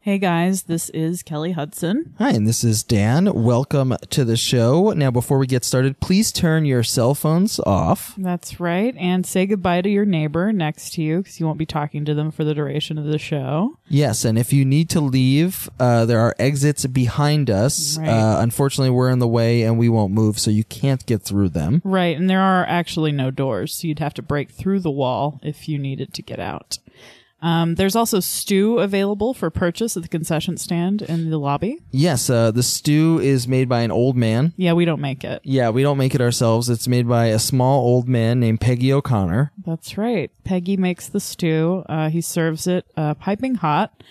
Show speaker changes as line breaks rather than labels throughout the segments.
Hey guys, this is Kelly Hudson.
Hi, and this is Dan. Welcome to the show. Now, before we get started, please turn your cell phones off.
That's right. And say goodbye to your neighbor next to you because you won't be talking to them for the duration of the show.
Yes, and if you need to leave, uh, there are exits behind us.
Right.
Uh, unfortunately, we're in the way and we won't move, so you can't get through them.
Right. And there are actually no doors, so you'd have to break through the wall if you needed to get out. Um, there's also stew available for purchase at the concession stand in the lobby.
Yes, uh, the stew is made by an old man.
Yeah, we don't make it.
Yeah, we don't make it ourselves. It's made by a small old man named Peggy O'Connor.
That's right. Peggy makes the stew. Uh, he serves it uh, piping hot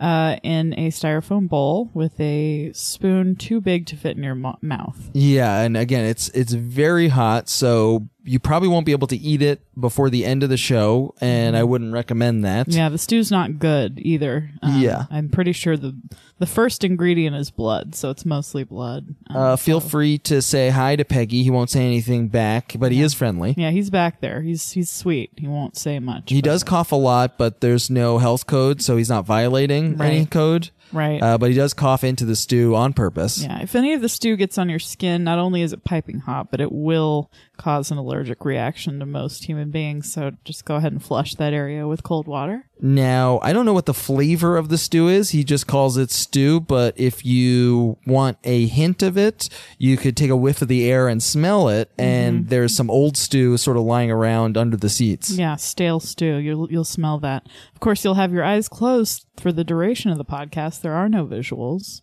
uh, in a styrofoam bowl with a spoon too big to fit in your mo- mouth.
Yeah, and again, it's it's very hot, so you probably won't be able to eat it before the end of the show, and I wouldn't recommend that.
Mm-hmm. Yeah, the stew's not good either. Um,
Yeah.
I'm pretty sure the the first ingredient is blood, so it's mostly blood. Um,
Uh, feel free to say hi to Peggy. He won't say anything back, but he is friendly.
yeah, he's back there. He's he's sweet. He won't say much.
He
but-
does cough a lot, but there's no health code, so he's not violating any
Right.
code.
right.
Uh, but he does cough into the stew on purpose.
yeah, if any of the stew gets on your skin, not only is it piping hot, but it will cause an allergic reaction to most human beings. So just go ahead and flush that area with cold water.
Now, I don't know what the flavor of the stew is. He just calls it stew, but if you want a hint of it, you could take a whiff of the air and smell it,
Mm-hmm.
and there's some old stew sort of lying around under the seats.
Yeah, stale stew. You'll you'll smell that. Of course, you'll have your eyes closed for the duration of the podcast. There are no visuals,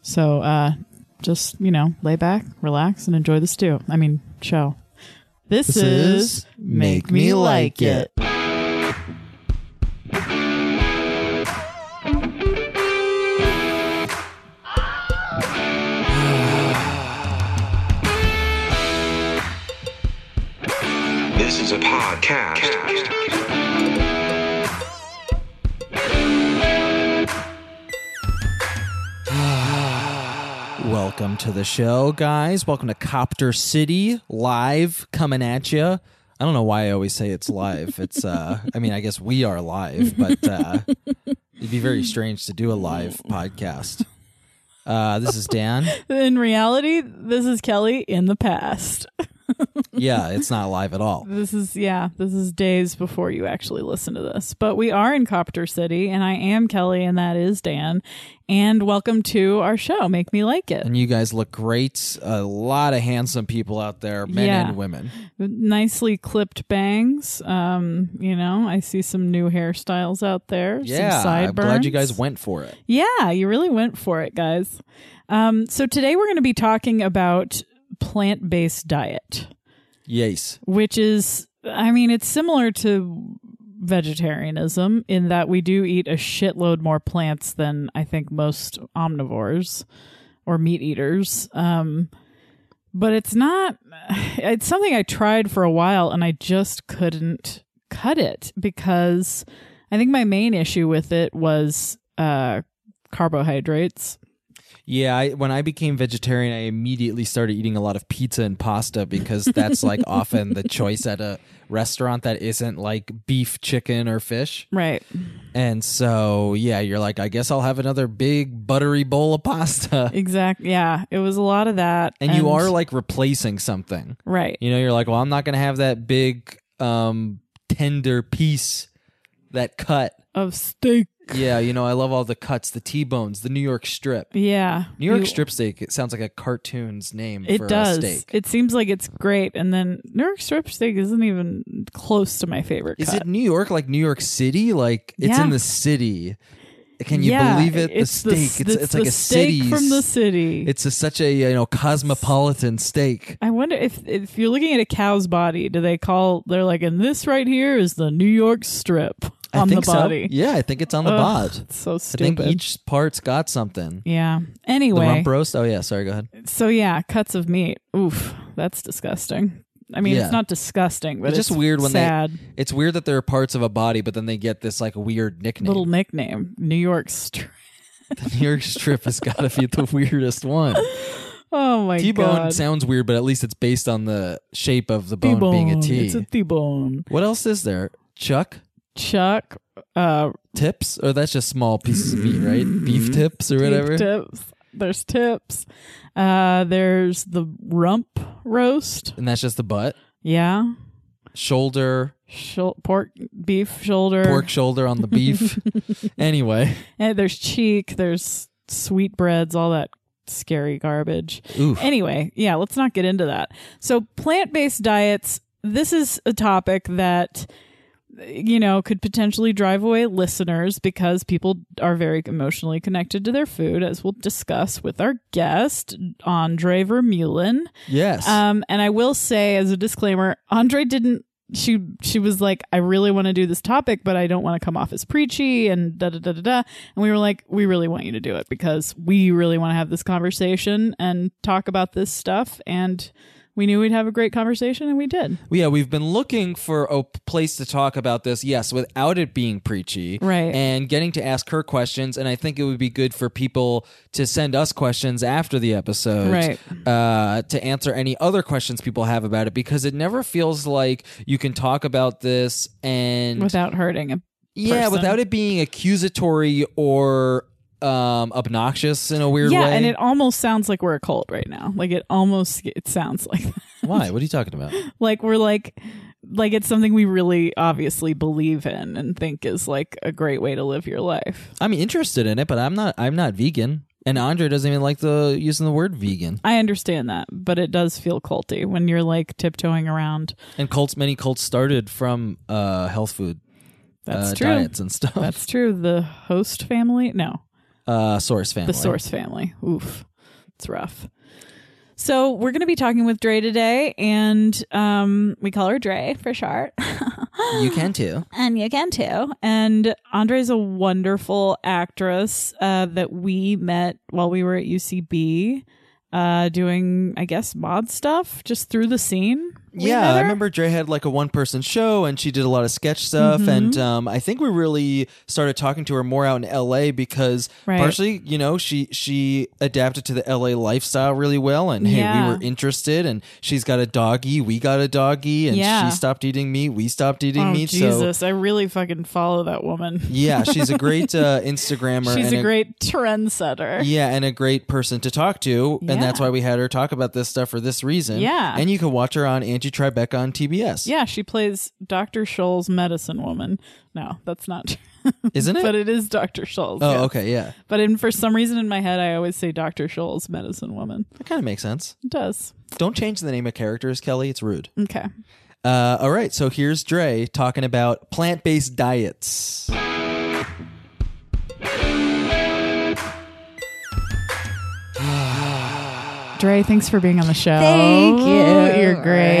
so uh, just you know, lay back, relax, and enjoy the stew. I mean, show. This,
This
is,
is Make Me Like It.
This is a podcast.
Welcome to the show, guys. Welcome to Copter City live coming at you. I don't know why I always say it's live. It's uh I mean, I guess we are live, but uh it'd be very strange to do a live podcast. Uh this is Dan.
In reality, this is Kelly in the past.
Yeah, it's not live at all.
This is yeah, this is days before you actually listen to this. But we are in Copter City, and I am Kelly, and that is Dan. And welcome to our show, Make Me Like It.
And you guys look great. A lot of handsome people out there, men
Yeah.
and women.
nicely clipped bangs. Um, you know, I see some new hairstyles out there.
Yeah,
some sideburns.
I'm glad you guys went for it.
Yeah, you really went for it, guys. Um, so today we're going to be talking about plant-based diet,
Yes.
which is, I mean, it's similar to vegetarianism in that we do eat a shitload more plants than I think most omnivores or meat eaters. Um, but it's not it's something i tried for a while and i just couldn't cut it because i think my main issue with it was uh carbohydrates
Yeah, I, when I became vegetarian, I immediately started eating a lot of pizza and pasta because that's like often the choice at a restaurant that isn't like beef, chicken, or fish.
right
And so, yeah, you're like, I guess I'll have another big buttery bowl of pasta.
exactly yeah it was a lot of that
And you are like replacing something.
right
You know, you're like, well, I'm not going to have that big, um, tender piece, that cut.
of steak
Yeah, you know, I love all the cuts, the T-bones, the New York strip.
yeah
New York
You-
strip steak, it sounds like a cartoon's name
it
for
does
a steak.
it seems like it's great and then new york strip steak isn't even close to my favorite
Is
cut.
it New York like New York City? Like it's
Yeah.
in the city. Can you
Yeah,
believe it? The
it's
steak.
s-
it's it's, like
the
a
steak
city.
from the city
It's a, such a you know cosmopolitan steak.
I wonder if if you're looking at a cow's body, do they call? They're like, and this right here is the New York Strip on
I think
the body.
So. Yeah, I think it's on the
Ugh,
bod.
it's so
I think
stupid.
each part's got something.
yeah.
The
Anyway,
rump roast. Oh yeah, sorry. Go ahead.
so yeah, cuts of meat. Oof, that's disgusting. I mean,
Yeah.
it's not disgusting, but
It's
it's,
just weird when they-
sad
It's weird that there are parts of a body, but then they get this like weird nickname.
little nickname, New York Strip.
The New York Strip has got to be the weirdest one.
Oh my
T-bone
god,
sounds weird, but at least it's based on the shape of the bone being a T.
It's a T-bone.
what else is there? Chuck.
Chuck. uh,
Tips? Or that's just small pieces of meat, right? Beef tips or whatever?
beef tips. There's tips. Uh, there's the rump roast.
And that's just the butt.
Yeah.
Shoulder,
Shul- pork, beef shoulder.
pork shoulder on the beef. anyway.
And there's cheek. There's sweetbreads. All that scary garbage.
Oof.
Anyway, yeah, let's not get into that. So, plant based diets, this is a topic that, you know, could potentially drive away listeners because people are very emotionally connected to their food, as we'll discuss with our guest, Andre Vermeulen.
Yes.
Um, and I will say as a disclaimer, Andre didn't she she was like, I really want to do this topic, but I don't want to come off as preachy and da da da da da. And we were like, we really want you to do it because we really want to have this conversation and talk about this stuff. And we knew we'd have a great conversation, and we did.
Well, Yeah, we've been looking for a p- place to talk about this, yes, without it being preachy.
Right.
And getting to ask her questions. And I think it would be good for people to send us questions after the episode
Right.
uh, to answer any other questions people have about it because it never feels like you can talk about this and.
Without hurting a
yeah,
person.
without it being accusatory or um, obnoxious in a weird
yeah,
way.
and it almost sounds like we're a cult right now. Like it almost it sounds like that.
Why? What are you talking about?
like we're like like it's something we really obviously believe in and think is like a great way to live your life.
I'm interested in it, but I'm not. I'm not vegan. And Andre doesn't even like the using the word vegan.
I understand that, but it does feel culty when you're like tiptoeing around.
And cults, many cults started from uh, health food
That's
uh,
true.
diets and stuff.
That's true. The host family? No,
uh, source family.
the source family. Oof. It's rough. So we're going to be talking with Dre today, and um, we call her Dre for short.
You can too.
and you can too. And Andre's a wonderful actress uh, that we met while we were at UCB uh, doing, I guess, mod stuff just through the scene. We
yeah,
met
I
her.
remember Dre had like a one person show and she did a lot of sketch stuff.
Mm-hmm.
And um, I think we really started talking to her more out in LA because
Right.
partially, you know, she she adapted to the LA lifestyle really well. And hey,
Yeah.
we were interested. And she's got a doggy, we got a doggy. And
Yeah.
she stopped eating meat, we stopped eating
Oh,
meat. So
Jesus, I really fucking follow that woman.
yeah, she's a great uh, Instagrammer.
She's
and
a great trendsetter.
Yeah, and a great person to talk to.
Yeah.
And that's why we had her talk about this stuff for this reason.
Yeah.
And you can watch her on Angie Tribeca on TBS.
Yeah, she plays Dr. Scholl's medicine woman. No, that's not true.
Isn't it?
but it is Dr. Scholl's.
oh,
yes.
okay. Yeah.
But in, for some reason in my head, I always say Dr. Scholl's medicine woman.
That kind of makes sense.
It does.
Don't change the name of characters, Kelly. It's rude.
Okay.
Uh, all right. So here's Dre talking about plant based diets.
Dre, thanks for being on the show.
Thank you.
You're
for
great.
Oh,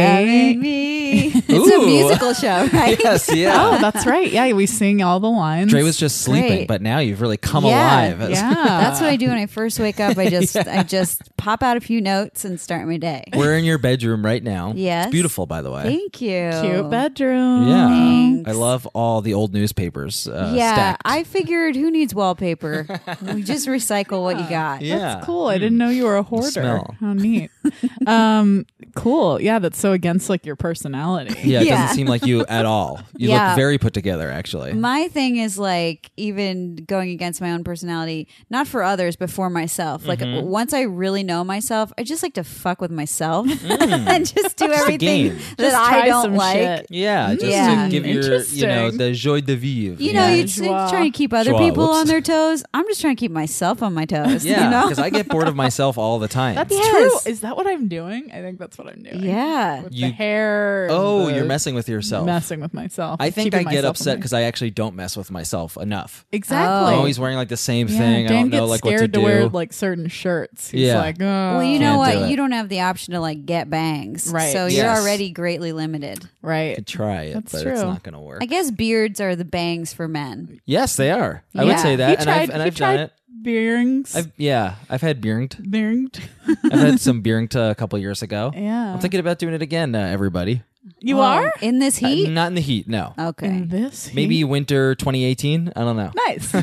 having me. It's
Ooh.
a musical show, right?
yes. Yeah.
Oh, that's right. Yeah, we sing all the lines.
Dre was just sleeping,
Great.
but now you've really come
Yeah,
alive.
yeah.
That's what I do when I first wake up. I just I just pop out a few notes and start my day.
We're in your bedroom right now.
Yes.
It's beautiful, by the way.
Thank you.
cute bedroom.
yeah.
Thanks.
I love all the old newspapers. Uh,
yeah,
stacked.
I figured who needs wallpaper? we just recycle what you got.
Yeah. Hmm.
That's cool. I didn't know you were a hoarder.
smell.
How neat. um, cool. Yeah, that's so against like your personality.
Yeah, it
Yeah.
doesn't seem like you at all. You
Yeah.
look very put together, actually.
My thing is like even going against my own personality, not for others, but for myself. Like
Mm-hmm.
once I really know myself, I just like to fuck with myself and just do everything
Mm. game.
that
Just
I
try
don't
some
like.
shit.
yeah, just
Yeah.
to give your, you know,
Interesting.
the joy de vivre.
You know,
yeah.
you just
Joie.
it's trying to keep other
Joie,
people
whoops.
on their toes. I'm just trying to keep myself on my toes.
yeah,
you know?
because I get bored of myself all the time.
That's
Yes.
true. Is that what I'm doing? I think that's what I'm doing.
yeah.
With
You-
the hair. and
oh,
the
you're messing with yourself.
Messing with myself.
I think I
keeping
get
myself
upset
in my-
because I actually don't mess with myself enough.
Exactly.
I'm always wearing like the same
Yeah,
thing.
Dan
I don't know
gets
like what
scared
to do.
to wear like certain shirts. He's
Yeah.
like, oh.
Well, you
Can't
know
do
what?
it.
You don't have the option to like get bangs.
Right.
So you're
Yes.
already greatly limited.
right.
Could try it,
That's
but it's
true.
not going to work.
I guess beards are the bangs for men.
yes, they are. I
Yeah.
would say that,
He
and
tried.
I've and
he
I've
tried
done it.
Bearings.
I've yeah, I've had bearinged.
bearinged.
I've had some bearinged uh, a couple years ago.
Yeah.
I'm thinking about doing it again. Uh, everybody,
you
Oh,
are mm-hmm.
In this
Uh,
heat?
not in the heat. No,
okay.
in this. Uh,
maybe
heat?
winter 2018. I don't know.
nice.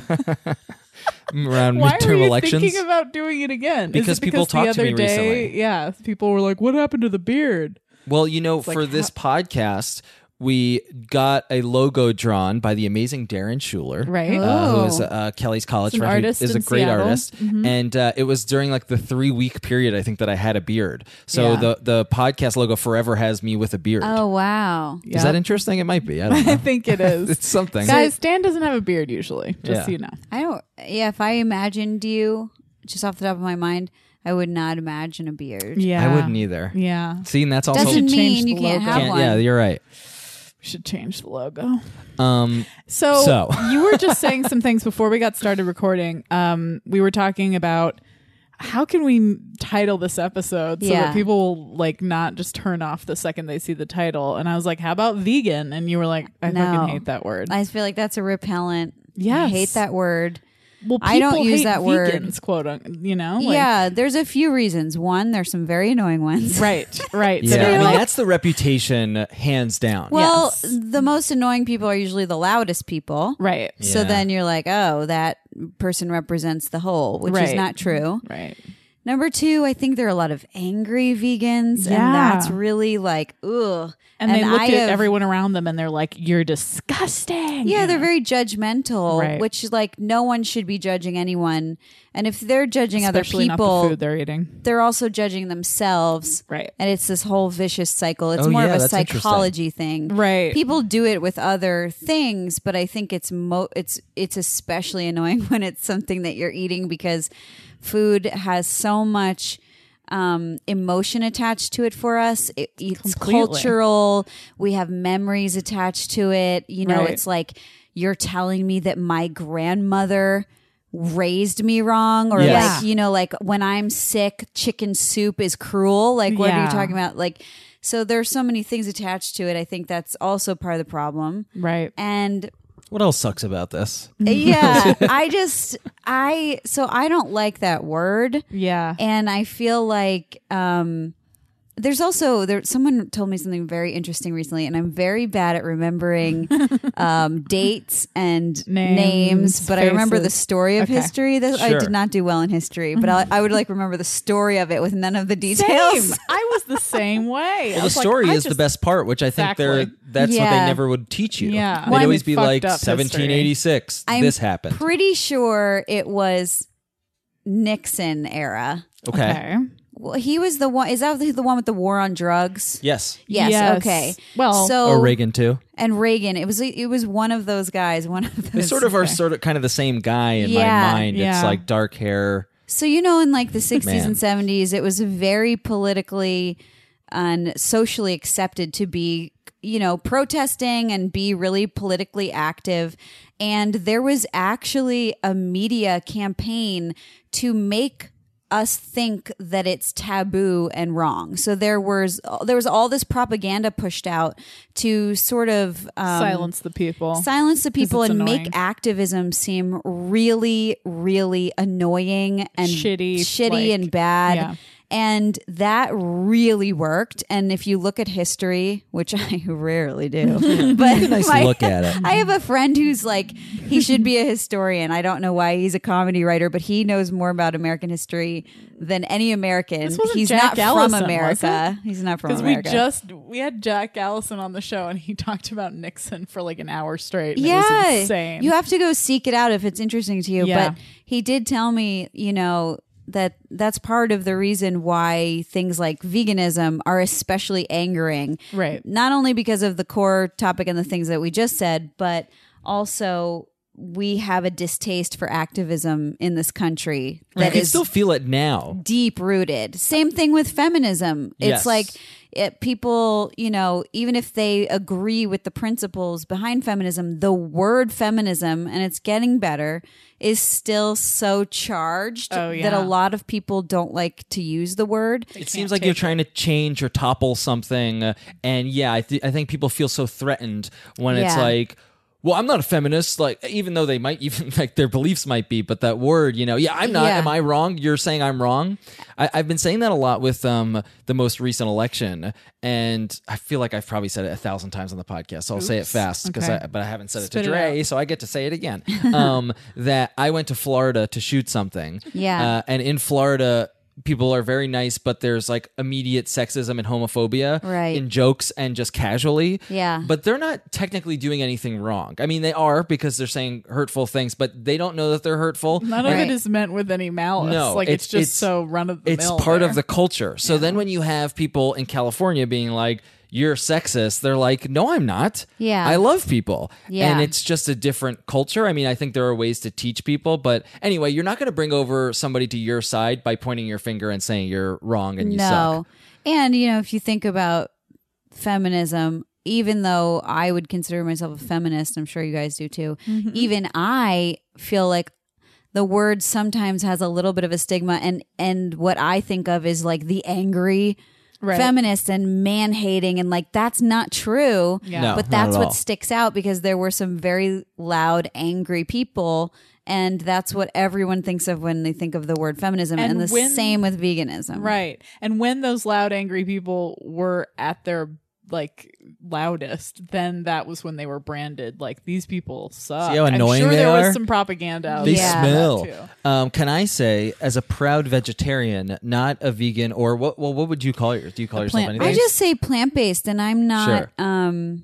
around
Why are
midterm
you
elections.
thinking about doing it again? Is
Because
it
people
the
talked to
other
me
day,
recently.
Yeah, people were like, "What happened to the beard?"
well, you know,
like
for this podcast, we got a logo drawn by the amazing Darren Schuler,
Right.
Uh, who
Oh.
is uh, Kelly's college
He's an
friend, who
artist
is a
in
great
Seattle.
artist. And uh, it was during like the three week period I think that I had a beard. So
Yeah.
the the podcast logo forever has me with a beard.
Oh wow.
Is that interesting? It might be. I don't know.
I think it is.
it's something.
Guys, Dan doesn't have a beard usually.
Just
Yeah.
so you know.
I don't. Yeah, if I imagined you, just off the top of my mind, I would not imagine a beard.
Yeah.
I wouldn't e- either.
Yeah.
See, and that's also
Doesn't
should change
mean you
the
can't
logo.
have
Can't-
one.
yeah, you're right.
We should change the logo.
Um,
So,
So.
you were just saying some things before we got started recording. Um, we were talking about how can we m- title this episode so
Yeah.
that people will like not just turn off the second they see the title. And I was like, "How about vegan?" And you were like, "I
No.
fucking hate that word."
I feel like that's a repellent. I
Yes.
hate that word.
well,
I don't
people
use
hate
that word.
Vegans, quote unquote. You know? Oh, Like-
yeah, there's a few reasons. One, there's some very annoying ones.
Right. Right.
yeah,
That
I
are
mean
like-
that's the reputation, hands down.
Well,
Yes.
the most annoying people are usually the loudest people.
right.
So
Yeah.
then you're like, oh, that person represents the whole, which is
Right.
not true.
Right.
Number two, I think there are a lot of angry vegans,
Yeah.
and that's really like, ugh.
And, they look
I
at
have-
everyone around them and they're like, "You're disgusting."
Yeah, they're very judgmental,
Right.
which is like no one should be judging anyone. And if they're judging
especially
other
not the
people,
food they're eating.
they're also judging themselves.
Right.
And it's this whole vicious cycle. It's
Oh,
more
yeah,
of a
that's interesting.
psychology thing.
Right.
People do it with other things, but I think it's mo- it's it's especially annoying when it's something that you're eating because food has so much um, emotion attached to it for us. It, it's
Completely.
cultural. We have memories attached to it. You know,
Right.
it's like you're telling me that my grandmother raised me wrong or
Yes.
like you know like when i'm sick chicken soup is cruel like what are you
Yeah.
talking about like so there's so many things attached to it i think that's also part of the problem
Right.
and
what else sucks about this?
yeah i just i so i don't like that word
Yeah.
and I feel like um, there's also there. Someone told me something very interesting recently, and I'm very bad at remembering um, dates and names.
Names,
but I remember the
faces.
story of
Okay.
history. That I
Sure.
did not do well in history, but I, I would like remember the story of it with none of the details.
Same. I was the same way.
Well, the story is the best part, which I think they're
Exactly.
that's what they
Yeah.
never would teach you.
Yeah.
They'd
Well, I
always
mean,
be like
fucked up history.
1786.
I'm
this happened.
Pretty sure it was Nixon era.
okay.
Well, he was the one. Is that the the one with the war on drugs?
Yes.
Yes. Okay.
Well,
so
Or Reagan too.
and Reagan. It was it was one of those guys. One of
They
those.
sort of are sort of kind of the same guy in my
Yeah.
mind. It's
Yeah.
like dark hair.
So you know, in like the sixties
Man.
and seventies, it was very politically and socially accepted to be, you know, protesting and be really politically active. And there was actually a media campaign to make us think that it's taboo and wrong. So there was there was all this propaganda pushed out to sort of um,
silence the people.
silence the people
it's
and
annoying.
make activism seem really really annoying and
Shitty,
shitty
like-
and bad
yeah.
and that really worked and if you look at history which i rarely do but
Nice
my-
look at it.
I have a friend who's like, he should be a historian. I don't know why he's a comedy writer, but he knows more about American history than any American.
This wasn't
He's
Jack
not
Allison, was
from America. He's not from
because we
America.
just we had Jack Allison on the show and he talked about Nixon for like an hour straight. And
yeah,
it was insane.
you have to go seek it out if it's interesting to you.
Yeah.
But he did tell me, you know, that that's part of the reason why things like veganism are especially angering.
Right.
Not only because of the core topic and the things that we just said, but also we have a distaste for activism in this country
You
that
can
is
still feel it now.
deep rooted. Same thing with feminism.
Yes.
It's like it, people, you know, even if they agree with the principles behind feminism, the word feminism, and it's getting better, is still so charged
Oh, yeah.
that a lot of people don't like to use the word.
It seems like you're trying to change or topple something. uh, And yeah, I, th- I think people feel so threatened when it's
Yeah.
like, well, I'm not a feminist, like, even though they might, even like their beliefs might be, but that word, you know, yeah, I'm not.
Yeah.
Am I wrong? You're saying I'm wrong? I, I've been saying that a lot with um, the most recent election. And I feel like I've probably said it a thousand times on the podcast. So I'll say it fast because
Okay.
I, but I haven't said it
Spit
to
it
Dre, so I get to say it again. um, that I went to Florida to shoot something.
Yeah.
Uh, and in Florida, people are very nice, but there's like immediate sexism and homophobia
Right.
in jokes and just casually.
Yeah.
But they're not technically doing anything wrong. I mean, they are because they're saying hurtful things, but they don't know that they're hurtful.
None
Right.
of it is meant with any malice.
No,
like it's,
it's-
just
it's-
so run of the
it's
mill.
part of
there.
the culture. So then when you have people in California being like, you're sexist, they're like, no, I'm not.
Yeah.
I love people.
Yeah.
And it's just a different culture. I mean, I think there are ways to teach people, but anyway, you're not going to bring over somebody to your side by pointing your finger and saying you're wrong and you
no.
suck.
And, you know, if you think about feminism, even though I would consider myself a feminist, I'm sure you guys do too,
Mm-hmm.
even I feel like the word sometimes has a little bit of a stigma and and what I think of is like the angry feminist and man hating and like that's not true.
Yeah.
No,
but
not
that's
at
what
all.
sticks out because there were some very loud, angry people, and that's what everyone thinks of when they think of the word feminism. And,
And
the
when-
same with veganism,
Right. And when those loud, angry people were at their like loudest, then that was when they were branded. Like these people suck.
See how annoying
I'm sure
they
there
are?
was some propaganda. out
They
there
Yeah.
about that, too.
smell. Um, can I say, as a proud vegetarian, not a vegan, or what? Well, what would you call your? Do you call yourself
plant-
anything?
I just say plant based, and I'm not.
Sure.
um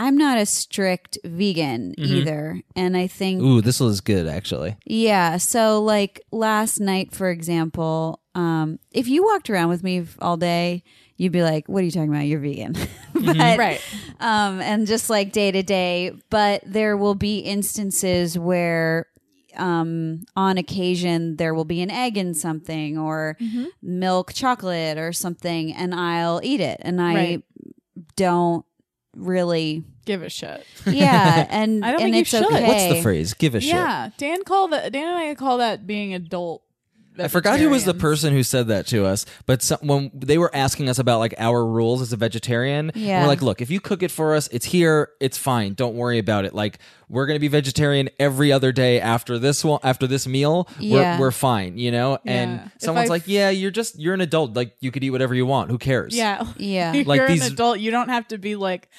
I'm not a strict vegan either, and I think
Ooh, this was good actually.
Yeah. So, like last night, for example, um, if you walked around with me f- all day, you'd be like, "What are you talking about? You're vegan." but,
Mm-hmm. Right.
Um, and just like day to day, but there will be instances where. Um, on occasion, there will be an egg in something or
Mm-hmm.
milk chocolate or something, and I'll eat it. And I
Right.
don't really,
Give a shit.
yeah. And
I don't
and
think you
it's
should.
okay.
What's the phrase? Give a shit.
Yeah. Dan called that Dan and I call that being adult.
I forgot who was the
vegetarians.
person who said that to us, but some, when they were asking us about like our rules as a vegetarian, and
Yeah.
we're like, look, if you cook it for us, it's here, it's fine, don't worry about it. Like we're gonna be vegetarian every other day after this one, after this meal,
Yeah.
we're we're fine, you know.
Yeah.
And
If
someone's
I-
like, yeah, you're just you're an adult, like you could eat whatever you want, who cares?
Yeah.
Yeah.
If
Like
you're
these-
an adult, you don't have to be like,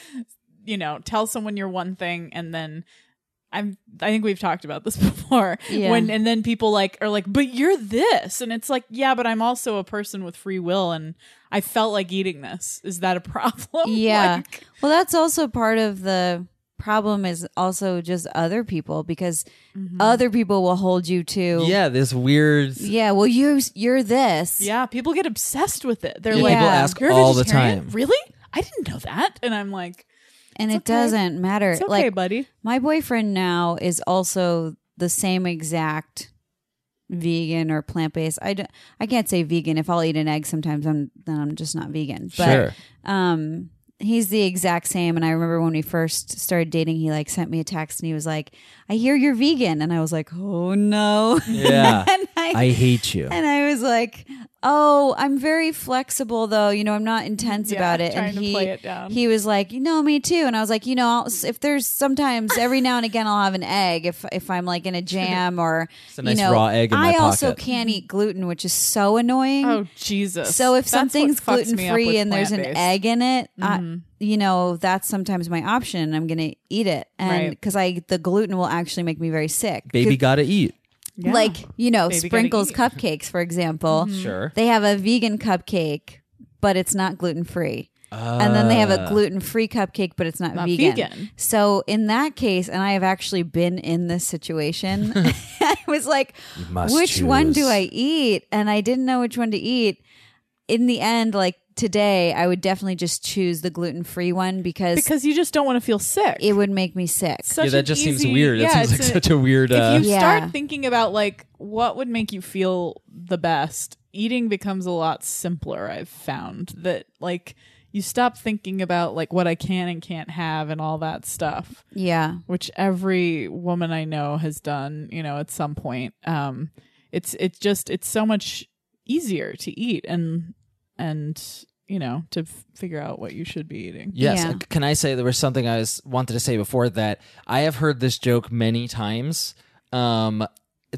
you know, tell someone you're one thing and then I'm I think we've talked about this before.
Yeah.
When and then people like are like, but you're this and it's like, yeah, but I'm also a person with free will and I felt like eating this. Is that a problem?
Yeah.
Like,
Well, that's also part of the problem is also just other people because
Mm-hmm.
other people will hold you to
Yeah, this weird.
yeah, well you you're this.
yeah, people get obsessed with it. They're
Yeah,
like
people
Yeah.
ask
you're a
all the
vegetarian?
time.
Really? I didn't know that. And I'm like,
And it
It's okay.
doesn't matter.
it's okay,
like
buddy.
my boyfriend now is also the same exact vegan or plant-based. I, don't- I can't say vegan if I'll eat an egg sometimes I'm then I'm just not vegan. But
Sure.
um he's the exact same and i remember when we first started dating he like sent me a text and he was like i hear you're vegan and i was like oh no
Yeah.
and I,
I hate you.
and i was like oh i'm very flexible though you know i'm not intense
Yeah,
about it
trying
and
to
he
play it down.
he was like you know me too and i was like you know I'll, s- if there's sometimes every now and again i'll have an egg if if i'm like in a jam or
a nice
you know
raw egg in
i
my
also
pocket.
can't eat gluten which is so annoying
Oh Jesus.
so if
That's what
something's
fucks
gluten
me up
free
with
and there's an
plant-based. Mm-hmm.
egg in it, I, you know that's sometimes my option. I'm gonna eat it, and
Right.
because I the gluten will actually make me very sick.
Baby, gotta eat.
Yeah.
like you know,
Baby gotta
sprinkles
eat. Mm-hmm.
cupcakes, for example.
Sure.
They have a vegan cupcake, but it's not gluten free. and then they have
Uh.
a gluten free cupcake, but it's not,
Not
vegan.
vegan.
So in that case, and I have actually been in this situation, I was like,
must
which one do
choose.
I eat? And I didn't know which one to eat. In the end, like today, I would definitely just choose the gluten free one because,
because you just don't want to feel sick.
it would make me sick.
Such
yeah, that
an
just seems
easy-
weird.
yeah,
that seems like
it's a-
such a weird. uh,
if you
Yeah.
start thinking about like what would make you feel the best eating becomes a lot simpler i've found that like you stop thinking about like what i can and can't have and all that stuff
yeah.
which every woman i know has done you know at some point um it's it's just it's so much easier to eat and and you know to f- figure out what you should be eating
Yes.
Yeah.
uh, Can I say there was something I was wanted to say before that? I have heard this joke many times. Um,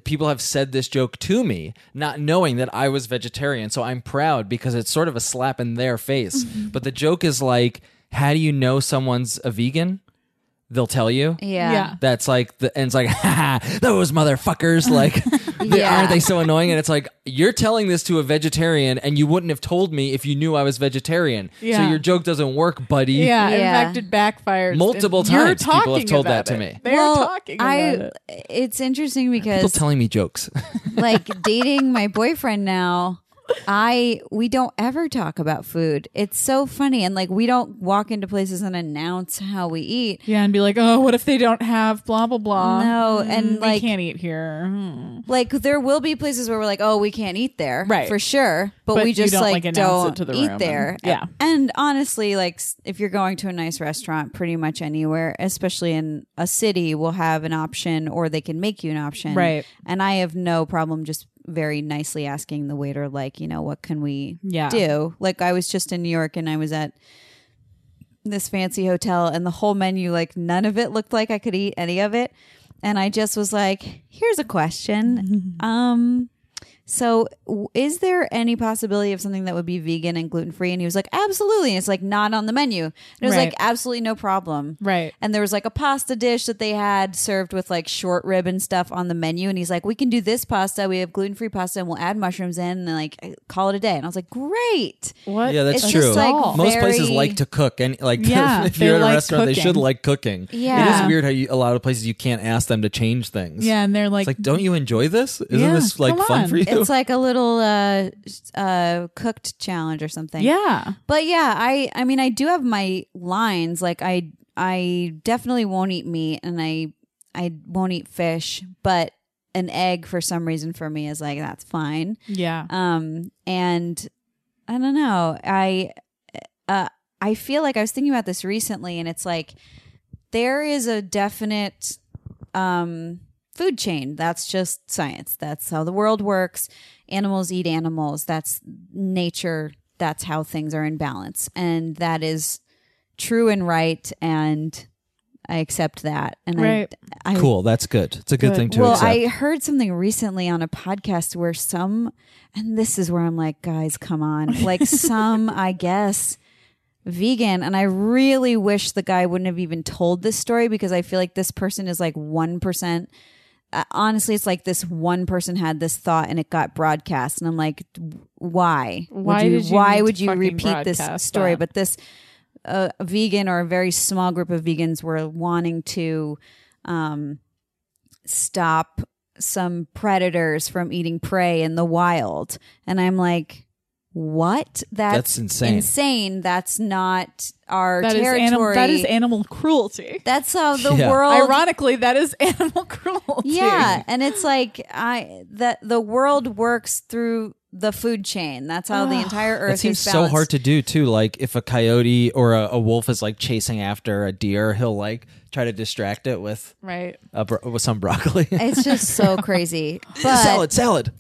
people have said this joke to me, not knowing that I was vegetarian. So I'm proud because it's sort of a slap in their face. but the joke is like, how do you know someone's a vegan? They'll tell you.
Yeah.
Yeah.
That's like the and it's like, ha ha, those motherfuckers. Like, They-
Yeah.
Aren't they so annoying? And it's like, you're telling this to a vegetarian, and you wouldn't have told me if you knew I was vegetarian. So
Yeah.
your joke doesn't work, buddy.
Yeah, in
Yeah.
fact, it backfires
Multiple
and you're
times people have
talking
told
about
that to
it.
me.
They're
well,
talking about
I,
it.
It's interesting
People
because
telling me jokes.
like dating my boyfriend now i we don't ever talk about food it's so funny and like we don't walk into places and announce how we eat
Yeah, and be like, oh, what if they don't have blah blah blah?
No, and,
Mm, we
like- Mm-hmm.
can't eat here. Hmm.
like there will be places where we're like oh we can't eat there
Right.
for sure but,
But
we
you
just
don't, like,
like,
announce it
don't
to the
eat
room
there
and- yeah.
and honestly like s- if you're going to a nice restaurant pretty much anywhere especially in a city will have an option or they can make you an option
Right.
and i have no problem just very nicely asking the waiter like you know what can we
Yeah.
do like i was just in new york and i was at this fancy hotel and the whole menu like none of it looked like I could eat any of it and I just was like here's a question um so w- is there any possibility of something that would be vegan and gluten free and he was like absolutely and it's like not on the menu and it was like
Right.
absolutely no problem
Right.
and there was like a pasta dish that they had served with like short rib and stuff on the menu and he's like we can do this pasta we have gluten free pasta and we'll add mushrooms in and like call it a day and I was like great
What?
yeah, that's
It's
true.
just, like,
Most places
very-
like to cook, and like
Yeah,
if
they
you're at a
like
restaurant, they should
cooking.
like cooking. it
Yeah.
is weird how you, a lot of places you can't ask them to change things.
yeah, and they're
it's
like,
like, don't you enjoy this? Isn't
Yeah,
this like
come
fun
on.
for you?
It's like a little uh, s- uh, cooked challenge or something.
yeah,
But yeah, I I mean I do have my lines. Like I I definitely won't eat meat and I I won't eat fish, but an egg for some reason for me is like that's fine.
yeah,
Um and I don't know. I uh I feel like I was thinking about this recently and it's like there is a definite um, food chain. That's just science. That's how the world works. Animals eat animals. That's nature. That's how things are in balance. And that is true and right. And I accept that. And
Right.
I, I
cool. That's good. It's a good,
Good.
thing to
well,
accept.
I heard something recently on a podcast where some, and this is where I'm like, guys, come on. Like, some, I guess, vegan. And I really wish the guy wouldn't have even told this story because I feel like this person is like 1%. Uh, honestly, it's like this one person had this thought and it got broadcast. And I'm like, why? Would
Why did you need
why
to
would you
fucking
repeat this
broadcast
story?
that?
But this uh, vegan or a very small group of vegans were wanting to um, stop some predators from eating prey in the wild. And I'm like, what? That's,
That's insane.
Insane. That's not our
That is
territory.
animal. That is animal cruelty.
That's how the
Yeah.
world.
Ironically, that is animal cruelty.
yeah, and it's like I that the world works through the food chain. That's how the entire earth
That seems
is
so
balanced.
hard to do too. Like if a coyote or a, a wolf is like chasing after a deer, he'll like try to distract it with
Right.
a bro- with some broccoli.
It's just so crazy. But
salad, salad.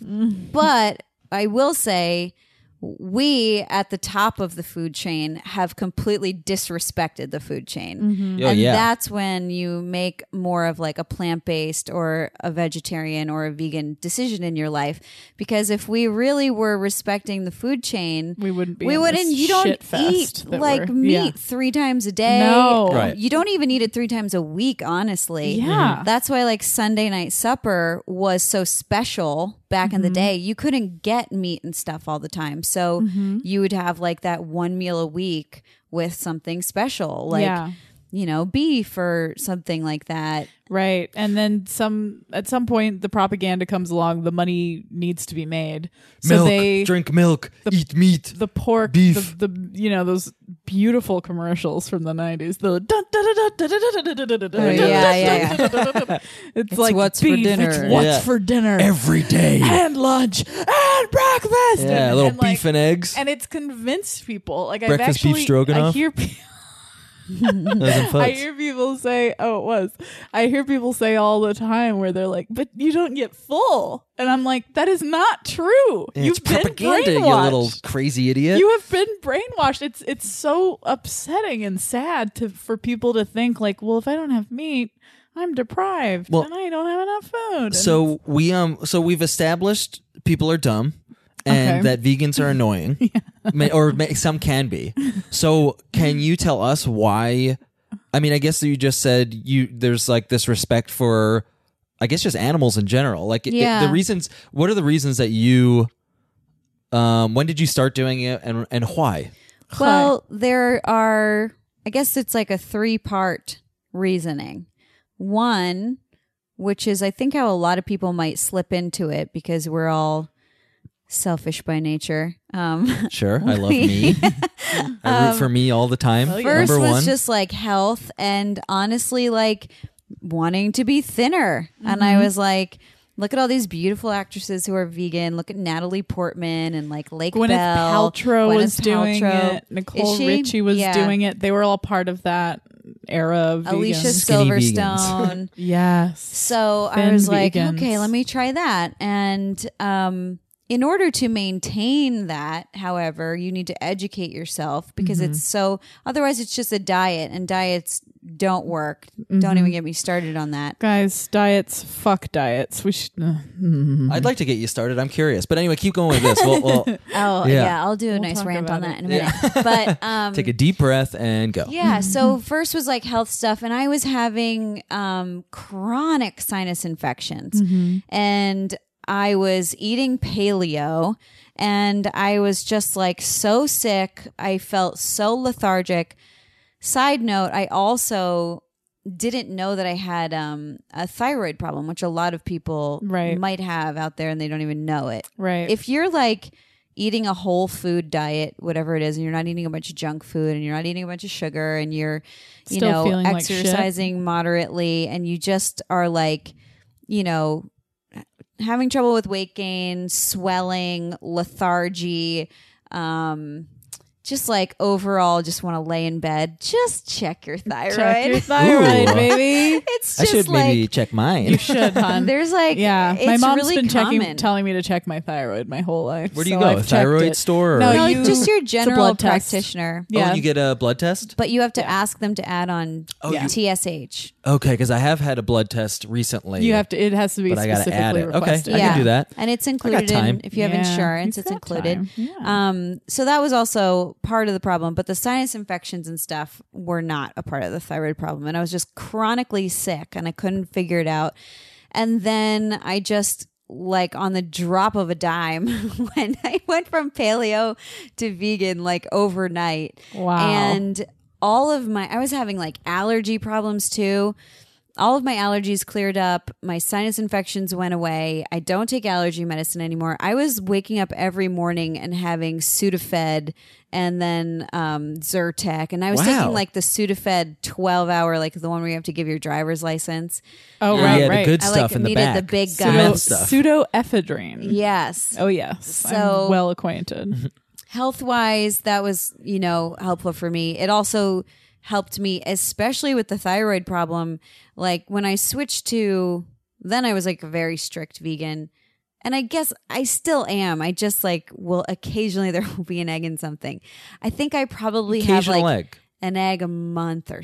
But I will say, we at the top of the food chain have completely disrespected the food chain.
Oh,
and
yeah.
that's when you make more of like a plant based or a vegetarian or a vegan decision in your life. Because if we really were respecting the food chain,
We wouldn't be
We
in this
wouldn't. You don't
shit
eat
fest that
like
we're-
meat
yeah.
three times a day.
No.
Right.
You don't even eat it three times a week, honestly. Mm-hmm.
Yeah.
That's why like Sunday night supper was so special back in the
Mm-hmm.
day. You couldn't get meat and stuff all the time. So
Mm-hmm.
you would have like that one meal a week with something special. Like
Yeah.
you know, beef or something like that.
Right. And then some at some point the propaganda comes along, the money needs to be made. So
milk.
they
drink milk. eat meat.
the pork
beef.
The, the you know, those beautiful commercials from the nineties. The dun- dun- dun- dun- dun- dun- dun- dun- dun- dun- dun-
yeah,
dun-
yeah,
dun- dun- dun- dun- It's like
what's for
beef,
dinner.
It's what's
Yeah.
for dinner.
Every day.
and lunch and breakfast.
yeah, a
and,
little
and, like,
beef and eggs.
and it's convinced people. Like I've
Breakfast beef
actually, I
stroganoff?
hear people
Those are
I
foods.
hear people say, oh, it was. I hear people say all the time where they're like, but you don't get full. And I'm like, that is not true.
Yeah,
You've
it's propaganda,
been
you
brainwashed.
little crazy idiot.
You have been brainwashed. It's it's so upsetting and sad to for people to think like, well, if I don't have meat, I'm deprived
Well-
and I don't have enough food. And
so we um so we've established people are dumb and
Okay.
that vegans are annoying Ma- or ma- some can be so can you tell us why i mean i guess you just said you there's like this respect for I guess just animals in general. Like it- it-
Yeah.
the reasons. What are the reasons that you? Um, when did you start doing it, and and why?
Well, there are, I guess it's like a three part reasoning. One, which is I think how a lot of people might slip into it because we're all selfish by nature. Um,
Sure, I love me. I root for me all the time.
first
Number
was
one,
just like health and honestly, like wanting to be thinner. And
Mm-hmm.
I was like, Look at all these beautiful actresses who are vegan. Look at Natalie Portman and like Lake
Gwyneth
Bell.
Paltrow
Gwyneth
was doing
Paltrow.
it. Nicole
Is she?
Richie was
Yeah.
doing it. They were all part of that era of
Alicia
vegans.
Skinny vegans.
Silverstone.
Yes.
So I
Thin
was like,
vegans.
okay, let me try that. And um, in order to maintain that, however, you need to educate yourself because
Mm-hmm.
it's so, otherwise, it's just a diet and diets don't work. Don't
Mm-hmm.
even get me started on that.
Guys, diets, fuck diets. We should. uh, mm.
I'd like to get you started. I'm curious, but anyway, keep going with this. We'll, we'll
Oh, yeah.
Yeah.
I'll do a nice
talk
rant on
about
that in a minute. But um,
take a deep breath and go.
Yeah. So first was like health stuff, and I was having um, chronic sinus infections, and I was eating paleo, and I was just like so sick. I felt so lethargic. Side note: I also didn't know that I had um, a thyroid problem, which a lot of people
Right.
might have out there, and they don't even know it
Right.
if you're like eating a whole food diet whatever it is and you're not eating a bunch of junk food and you're not eating a bunch of sugar and you're you
Still
know
feeling like shit.
exercising moderately and you just are like you know having trouble with weight gain swelling lethargy um just like overall just want to lay in bed just check your thyroid
Check your thyroid,
Ooh.
baby.
it's
I
just
should
like
maybe check mine.
You should, hon.
there's like
yeah,
it's
my mom's
really
been checking,
common.
telling me to check my thyroid my whole life.
Where do you
so
go?
I've checked
Thyroid
it.
store or-
No,
no,
you,
just your
it's a
general
blood test.
practitioner.
Oh,
Yeah.
and you get a blood test.
But you have to ask them to add on
Oh,
Yeah.
TSH.
Okay, because I have had a blood test recently.
You have to. It has to be
But I gotta
specifically
add it. Okay,
requested.
I can do that.
And it's included in
time.
if you have
Yeah.
insurance,
You've
it's
got
included.
time. Yeah.
Um so that was also part of the problem, but the sinus infections and stuff were not a part of the thyroid problem and I was just chronically sick and I couldn't figure it out. And then I just like on the drop of a dime when I went from paleo to vegan like overnight.
Wow.
And all of my I was having like allergy problems too. all of my allergies cleared up. My sinus infections went away. I don't take allergy medicine anymore. I was waking up every morning and having Sudafed and then um, Zyrtec, and I was
Wow.
taking like the Sudafed twelve hour, like the one where you have to give your driver's license.
Oh
Yeah,
right,
yeah,
right.
the good
I, like,
stuff in the
needed
back.
the big
The
guy.
meth
so,
stuff.
pseudoephedrine.
Yes.
Oh yes,
So-
I'm well acquainted.
health wise, that was, you know, helpful for me. It also helped me, especially with the thyroid problem. Like when I switched to, then I was like a very strict vegan. And I guess I still am. I just like will occasionally there will be an egg in something. I think I probably have
Occasional
like
egg.
an egg a month or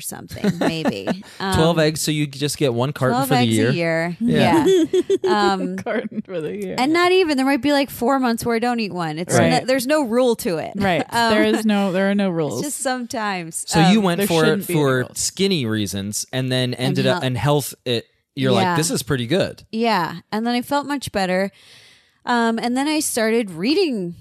something, maybe. Um,
Twelve eggs, so you just get one carton
12
for the
eggs
year.
a year.
Yeah.
yeah. um,
Garden for the year.
and not even there might be like four months where I don't eat one. It's
Right.
no- there's no rule to it.
right.
Um,
there is no. There are no rules.
just sometimes.
So you
Um,
went
there
for
shouldn't be any
for
rules.
skinny reasons, and then ended
health.
up and health. It you're
Yeah.
like this is pretty good.
yeah, and then I felt much better. Um, and then I started reading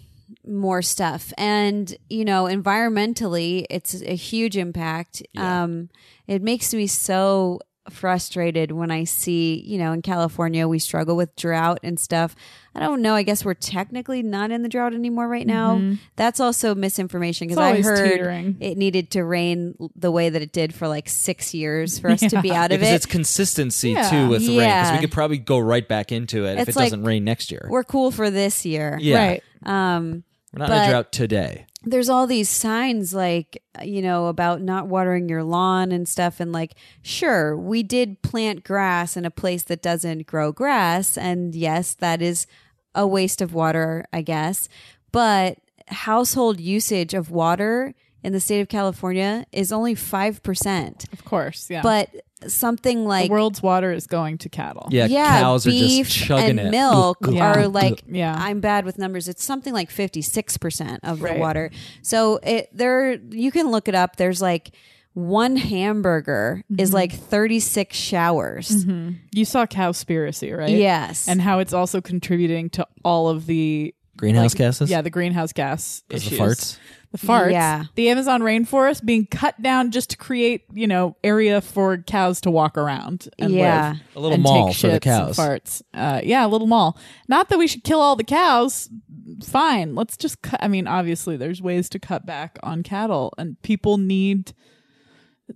more stuff, and you know, environmentally, it's a huge impact. Um, it makes me so frustrated when I see, you know, in California we struggle with drought and stuff. I don't know. I guess we're technically not in the drought anymore right now.
Mm-hmm.
That's also misinformation because
It's
I
always
heard
teetering.
it needed to rain the way that it did for like six years for us to be out of
Because
it.
it's consistency
Yeah.
too with rain. Because
Yeah.
we could probably go right back into it if
It's
it
like-
doesn't rain next year.
we're cool for this year.
yeah,
Right.
Um,
we're not
but-
in a drought today.
there's all these signs like you know about not watering your lawn and stuff and like sure we did plant grass in a place that doesn't grow grass and yes that is a waste of water i guess but household usage of water in the state of california is only 5%
of course. Yeah.
but something
the
like
world's water is going to cattle.
Yeah, cows are
beef
just chugging
and
it.
milk
Yeah.
are like
Yeah.
I'm bad with numbers. It's something like 56% of the
Right.
water. So it there you can look it up. There's like one hamburger
Mm-hmm.
is like 36 showers.
You saw Cowspiracy, Mm-hmm. right?
Yes.
And how it's also contributing to all of the
Greenhouse gases?
yeah the greenhouse gas
'Cause
issues.
the farts.
The farts.
Yeah.
The Amazon rainforest being cut down just to create you know area for cows to walk around. And
Yeah.
live
A little
and
mall
take
for the
shits and
cows.
farts. Uh, yeah, a little mall. Not that we should kill all the cows. Fine. Let's just cut. I mean, obviously, there's ways to cut back on cattle, and people need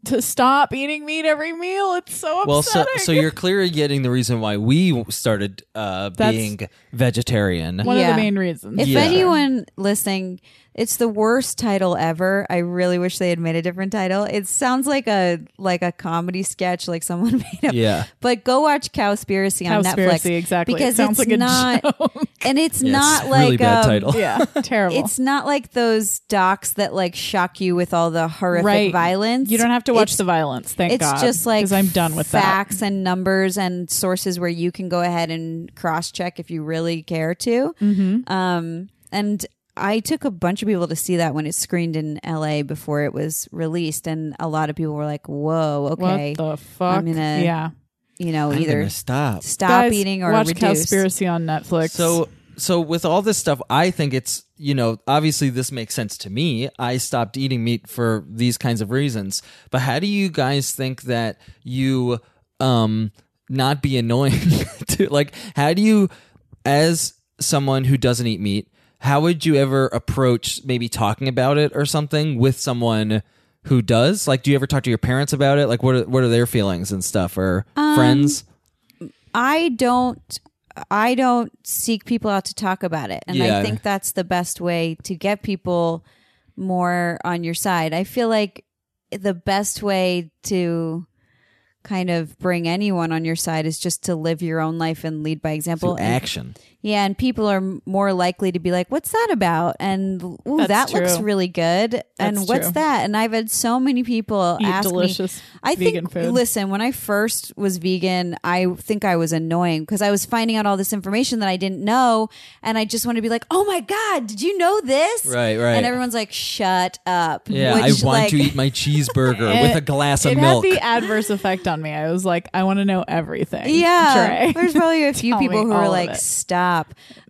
to stop eating meat every meal. It's so upsetting.
Well, so, so you're clearly getting the reason why we started uh,
That's-
being vegetarian.
one
Yeah.
of the main reasons.
If
Yeah.
anyone listening, it's the worst title ever. I really wish they had made a different title. It sounds like a like a comedy sketch, like someone made up.
Yeah.
But go watch Cowspiracy on Netflix.
Cowspiracy, exactly. It
Because
sounds
it's
like a
not, and it's
Yeah,
not
it's a
like
really bad
um,
title.
yeah, terrible.
It's not like those docs that like shock you with all the horrific violence.
You don't have to watch
It's-
the violence. Thank
it's
God.
just like
because I'm done with
facts and numbers and sources where you can go ahead and cross check if you really care to.
Mm-hmm.
Um, and I took a bunch of people to see that when it screened in L.A. before it was released, and a lot of people were like, "Whoa,
that. What
okay,
the fuck?
I'm gonna
yeah,
you know,
I'm
either
gonna stop.
stop
Guys,
eating or
watch
reduce."
Cowspiracy on Netflix.
So so with all this stuff, I think it's you know obviously this makes sense to me. I stopped eating meat for these kinds of reasons. But how do you guys think that you um not be annoying to like how do you as someone who doesn't eat meat how would you ever approach maybe talking about it or something with someone who does like do you ever talk to your parents about it like what are, what are their feelings and stuff or friends
I don't I don't seek people out to talk about it. And
Yeah.
I think that's the best way to get people more on your side. I feel like the best way to kind of bring anyone on your side is just to live your own life and lead by example.
through
And-
action
yeah, and people are m- more likely to be like, "What's that about?" and "Ooh,
That's
that looks
true.
really good."
That's
and "What's
true.
that?" and I've had so many people
Eat
ask
delicious
me. I
vegan
think
food.
listen, when I first was vegan, I think I was annoying because I was finding out all this information that I didn't know, and I just wanted to be like, "Oh my god, did you know this?"
Right, right.
And everyone's like, "Shut up."
Yeah,
Which,
I want
like,
to eat my cheeseburger with a glass of
it
milk.
had the adverse effect on me. I was like, I want to know everything.
Yeah,
Trey.
there's probably a few
Tell
people
me
who
all
are
of
like,
it.
"Stop."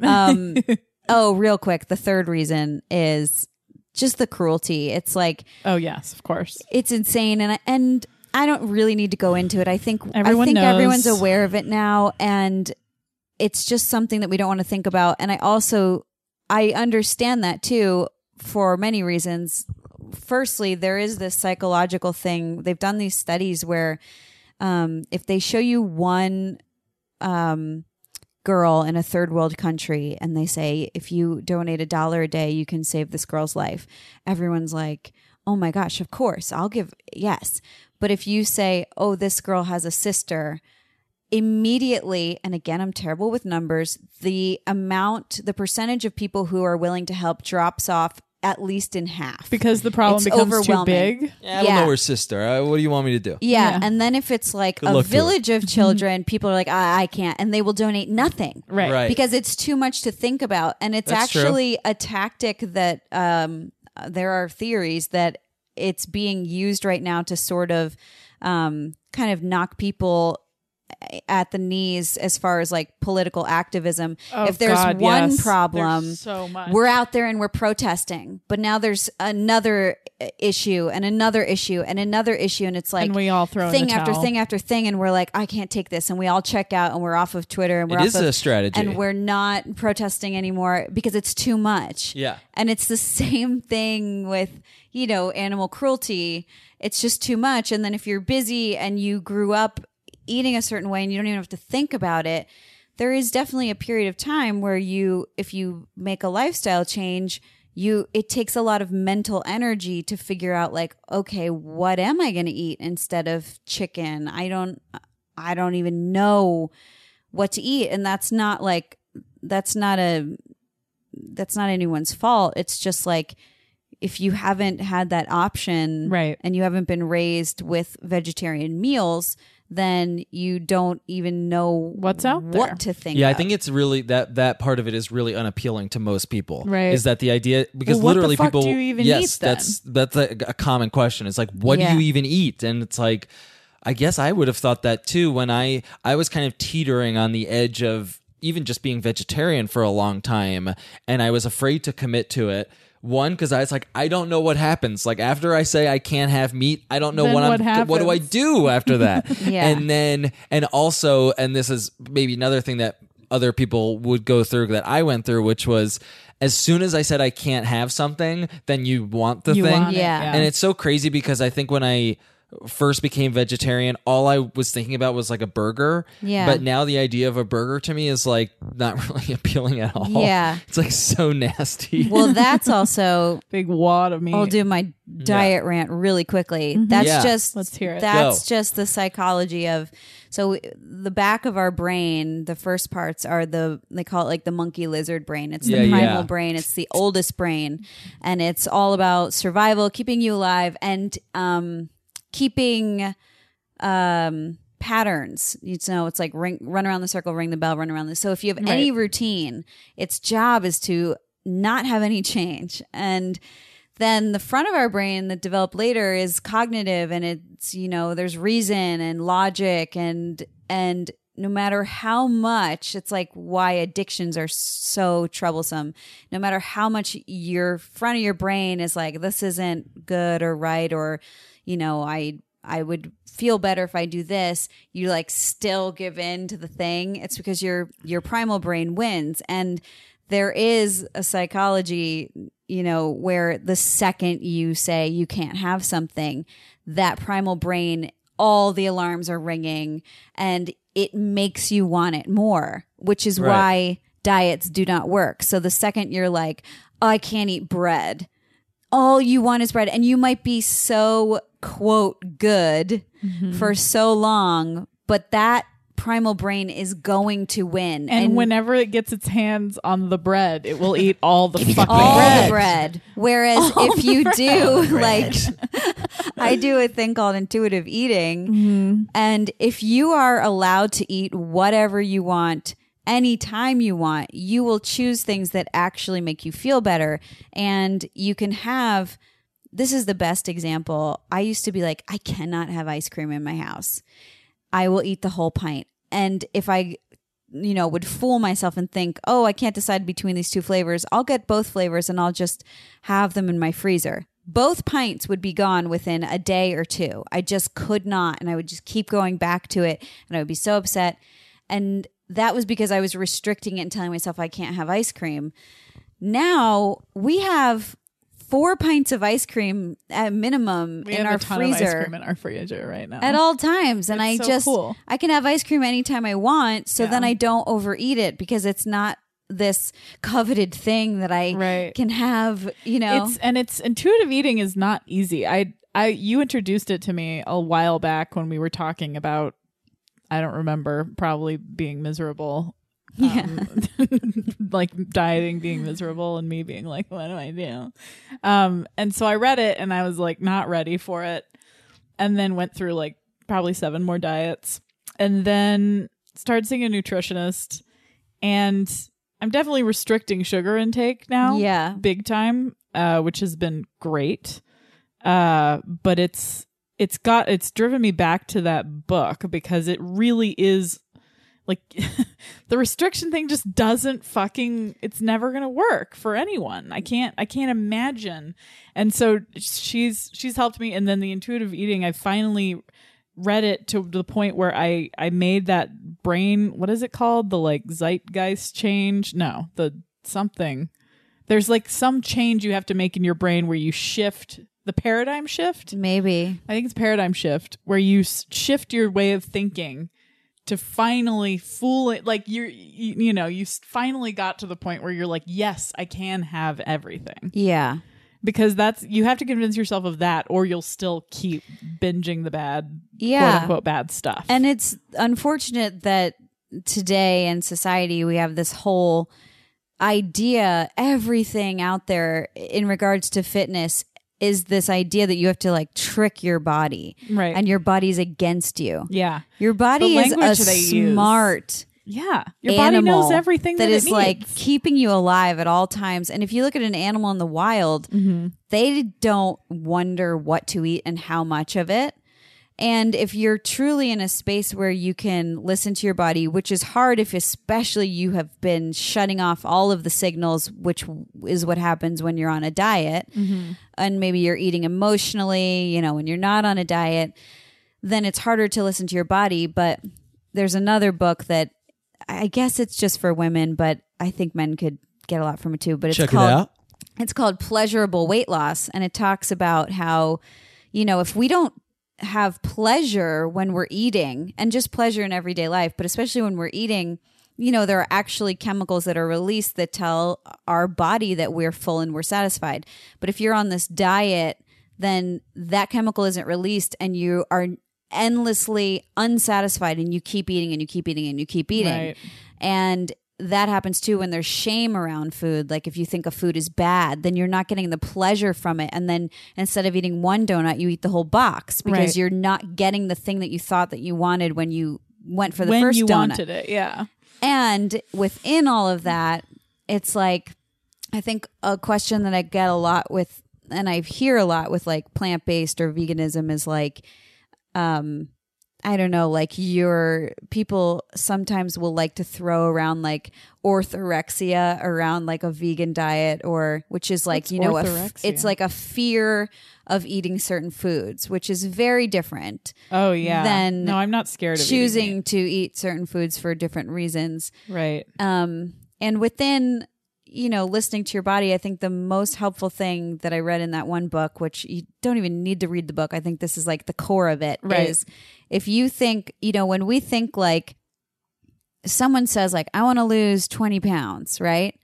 Um, oh, real quick, the third reason is just the cruelty. It's like
Oh yes, of course.
it's insane, and I, and I don't really need to go into it. I think
Everyone
I think
knows.
everyone's aware of it now, and it's just something that we don't want to think about. And I also I understand that too for many reasons. Firstly, there is this psychological thing. They've done these studies where um, if they show you one um, girl in a third world country and they say, if you donate a dollar a day, you can save this girl's life, everyone's like, oh my gosh, of course, I'll give, yes. But if you say, oh, this girl has a sister, immediately, and again, I'm terrible with numbers, the amount, the percentage of people who are willing to help drops off at least in half.
Because the problem
It's
becomes too
overwhelming.
big.
Yeah, I don't know her sister. Uh, what do you want me to do?
Yeah. And then if it's like a
luck to her.
village of
Mm-hmm.
children, people are like, I, I can't. And they will donate nothing.
Right.
Right.
Because it's too much to think about. And it's
That's true.
actually a tactic that um, uh, there are theories that it's being used right now to sort of um, kind of knock people eh, at the knees as far as like political activism.
Oh,
if there's
God,
one
yes.
problem,
There's so much.
we're out there and we're protesting. But now there's another uh, issue and another issue and another issue. And it's like,
And we all throw in
thing
the
after
towel.
thing after thing. And we're like, I can't take this. And we all check out and we're off of Twitter and we're
It
off
is
of,
a strategy.
And we're not protesting anymore because it's too much.
Yeah.
And it's the same thing with, you know, animal cruelty. It's just too much. And then if you're busy and you grew up eating a certain way and you don't even have to think about it, there is definitely a period of time where you if you make a lifestyle change, you it takes a lot of mental energy to figure out like, okay, what am I going to eat instead of chicken? I don't I don't even know what to eat and that's not like that's not a that's not anyone's fault. It's just like if you haven't had that option
Right.
and you haven't been raised with vegetarian meals, then you don't even know
What's out there.
what to think.
Yeah, I
of.
think it's really that that part of it is really unappealing to most people.
Right.
Is that the idea? Because
Well, what the
literally,
fuck
people.
do you even
yes,
eat then?
that's that's a, a common question. It's like, what
Yeah.
do you even eat? And it's like, I guess I would have thought that too when I I was kind of teetering on the edge of even just being vegetarian for a long time, and I was afraid to commit to it. One, because I was like, I don't know what happens. Like after I say I can't have meat, I don't know
Then
what
what
I'm. What do I
happens?
do after that?
Yeah.
And then and also and this is maybe another thing that other people would go through that I went through, which was as soon as I said I can't have something, then you want the
You
thing.
want it,
Yeah.
yeah.
And it's so crazy because I think when I first became vegetarian, all I was thinking about was like a burger.
Yeah.
But now the idea of a burger to me is like not really appealing at all.
Yeah.
It's like so nasty.
well, that's also.
Big wad of meat.
I'll do my diet rant really quickly. That's
Yeah.
just
Mm-hmm. Let's hear it.
That's
Go.
just the psychology of so the back of our brain, the first parts are the they call it like the monkey lizard brain. It's
Yeah,
the primal
yeah.
brain. It's the oldest brain, and it's all about survival, keeping you alive, and um, keeping um patterns you know it's like ring run around the circle ring the bell run around the so if you have any routine its job is to not have any change and then the front of our brain that developed later is cognitive and it's you know there's reason and logic and and no matter how much it's like why addictions are so troublesome no matter how much your front of your brain is like this isn't good or right or you know i i would feel better if i do this you like still give in to the thing it's because your your primal brain wins and there is a psychology you know where the second you say you can't have something that primal brain all the alarms are ringing and it makes you want it more which is why diets do not work so the second you're like "Oh, i can't eat bread all you want is bread and you might be so quote good for so long but that primal brain is going to win
and, whenever it gets its hands on the bread, it will eat all the fucking
all
bread.
the bread whereas if you do like i do a thing called intuitive eating and if you are allowed to eat whatever you want anytime you want you will choose things that actually make you feel better and you can have this is the best example. I used to be like, I cannot have ice cream in my house. I will eat the whole pint. And if I, you know, would fool myself and think, oh, I can't decide between these two flavors, I'll get both flavors and I'll just have them in my freezer. Both pints would be gone within a day or two. I just could not. And I would just keep going back to it. And I would be so upset. And that was because I was restricting it and telling myself I can't have ice cream now we have four pints of ice cream at minimum
We
in
have
our
a ton
freezer
of ice cream in our freezer right now.
at all times and i
Uh-huh. so
just
cool.
i can have ice cream anytime i want so then i don't overeat it because it's not this coveted thing that i
Right.
can have you know
It's and it's intuitive eating is not easy. I I you introduced it to me a while back when we were talking about I don't remember probably being miserable. Um, like dieting being miserable and me being like what do I do? Um and so I read it and I was like not ready for it and then went through like probably seven more diets and then started seeing a nutritionist and I'm definitely restricting sugar intake now
yeah
big time, uh, which has been great. Uh, but it's it's got it's driven me back to that book because it really is like the restriction thing just doesn't fucking it's never going to work for anyone. I can't I can't imagine. And so she's she's helped me and then the intuitive eating I finally read it to the point where I I made that brain what is it called the like zeitgeist change no the something there's like some change you have to make in your brain where you shift the paradigm shift
maybe
I think it's paradigm shift where you s- shift your way of thinking to finally fool it. Like you're, you, you know, you s- finally got to the point where you're like, yes, I can have everything
yeah
because that's, you have to convince yourself of that or you'll still keep binging the bad,
Yeah.
quote unquote bad stuff.
And it's unfortunate that today in society we have this whole idea, everything out there in regards to fitness is this idea that you have to like trick your body,
Right.
And your body's against you.
Yeah.
Your body
The
is a
language they use.
smart.
Yeah. Your body
animal
knows everything that,
that
it
is like
needs.
keeping you alive at all times. And if you look at an animal in the wild,
Mm-hmm.
they don't wonder what to eat and how much of it. And if you're truly in a space where you can listen to your body, which is hard if especially you have been shutting off all of the signals, which is what happens when you're on a diet,
Mm-hmm.
and maybe you're eating emotionally, you know, when you're not on a diet, then it's harder to listen to your body. But there's another book that I guess it's just for women, but I think men could get a lot from it too. But it's
Check it
called
out.
it's called pleasurable weight loss and it talks about how you know if we don't have pleasure when we're eating and just pleasure in everyday life but especially when we're eating you know there are actually chemicals that are released that tell our body that we're full and we're satisfied but if you're on this diet then that chemical isn't released and you are endlessly unsatisfied and you keep eating and you keep eating and you keep eating
Right.
and that happens too when there's shame around food. Like if you think a food is bad, then you're not getting the pleasure from it. And then instead of eating one donut, you eat the whole box because
Right.
you're not getting the thing that you thought that you wanted when you went for the
when
first
you
donut.
wanted it. Yeah.
And within all of that, it's like I think a question that I get a lot with and I hear a lot with like plant based or veganism is like um I don't know, like your people sometimes will like to throw around like orthorexia around like a vegan diet or which is like,
What's
you know, a f-
orthorexia?
it's like a fear of eating certain foods, which is very different.
Oh yeah.
Then
no, I'm not scared of eating
Choosing
meat.
to eat certain foods for different reasons
Right.
um, and within you know listening to your body i think the most helpful thing that i read in that one book which you don't even need to read the book i think this is like the core of it is
Right.
if you think you know when we think like someone says like i want to lose 20 pounds right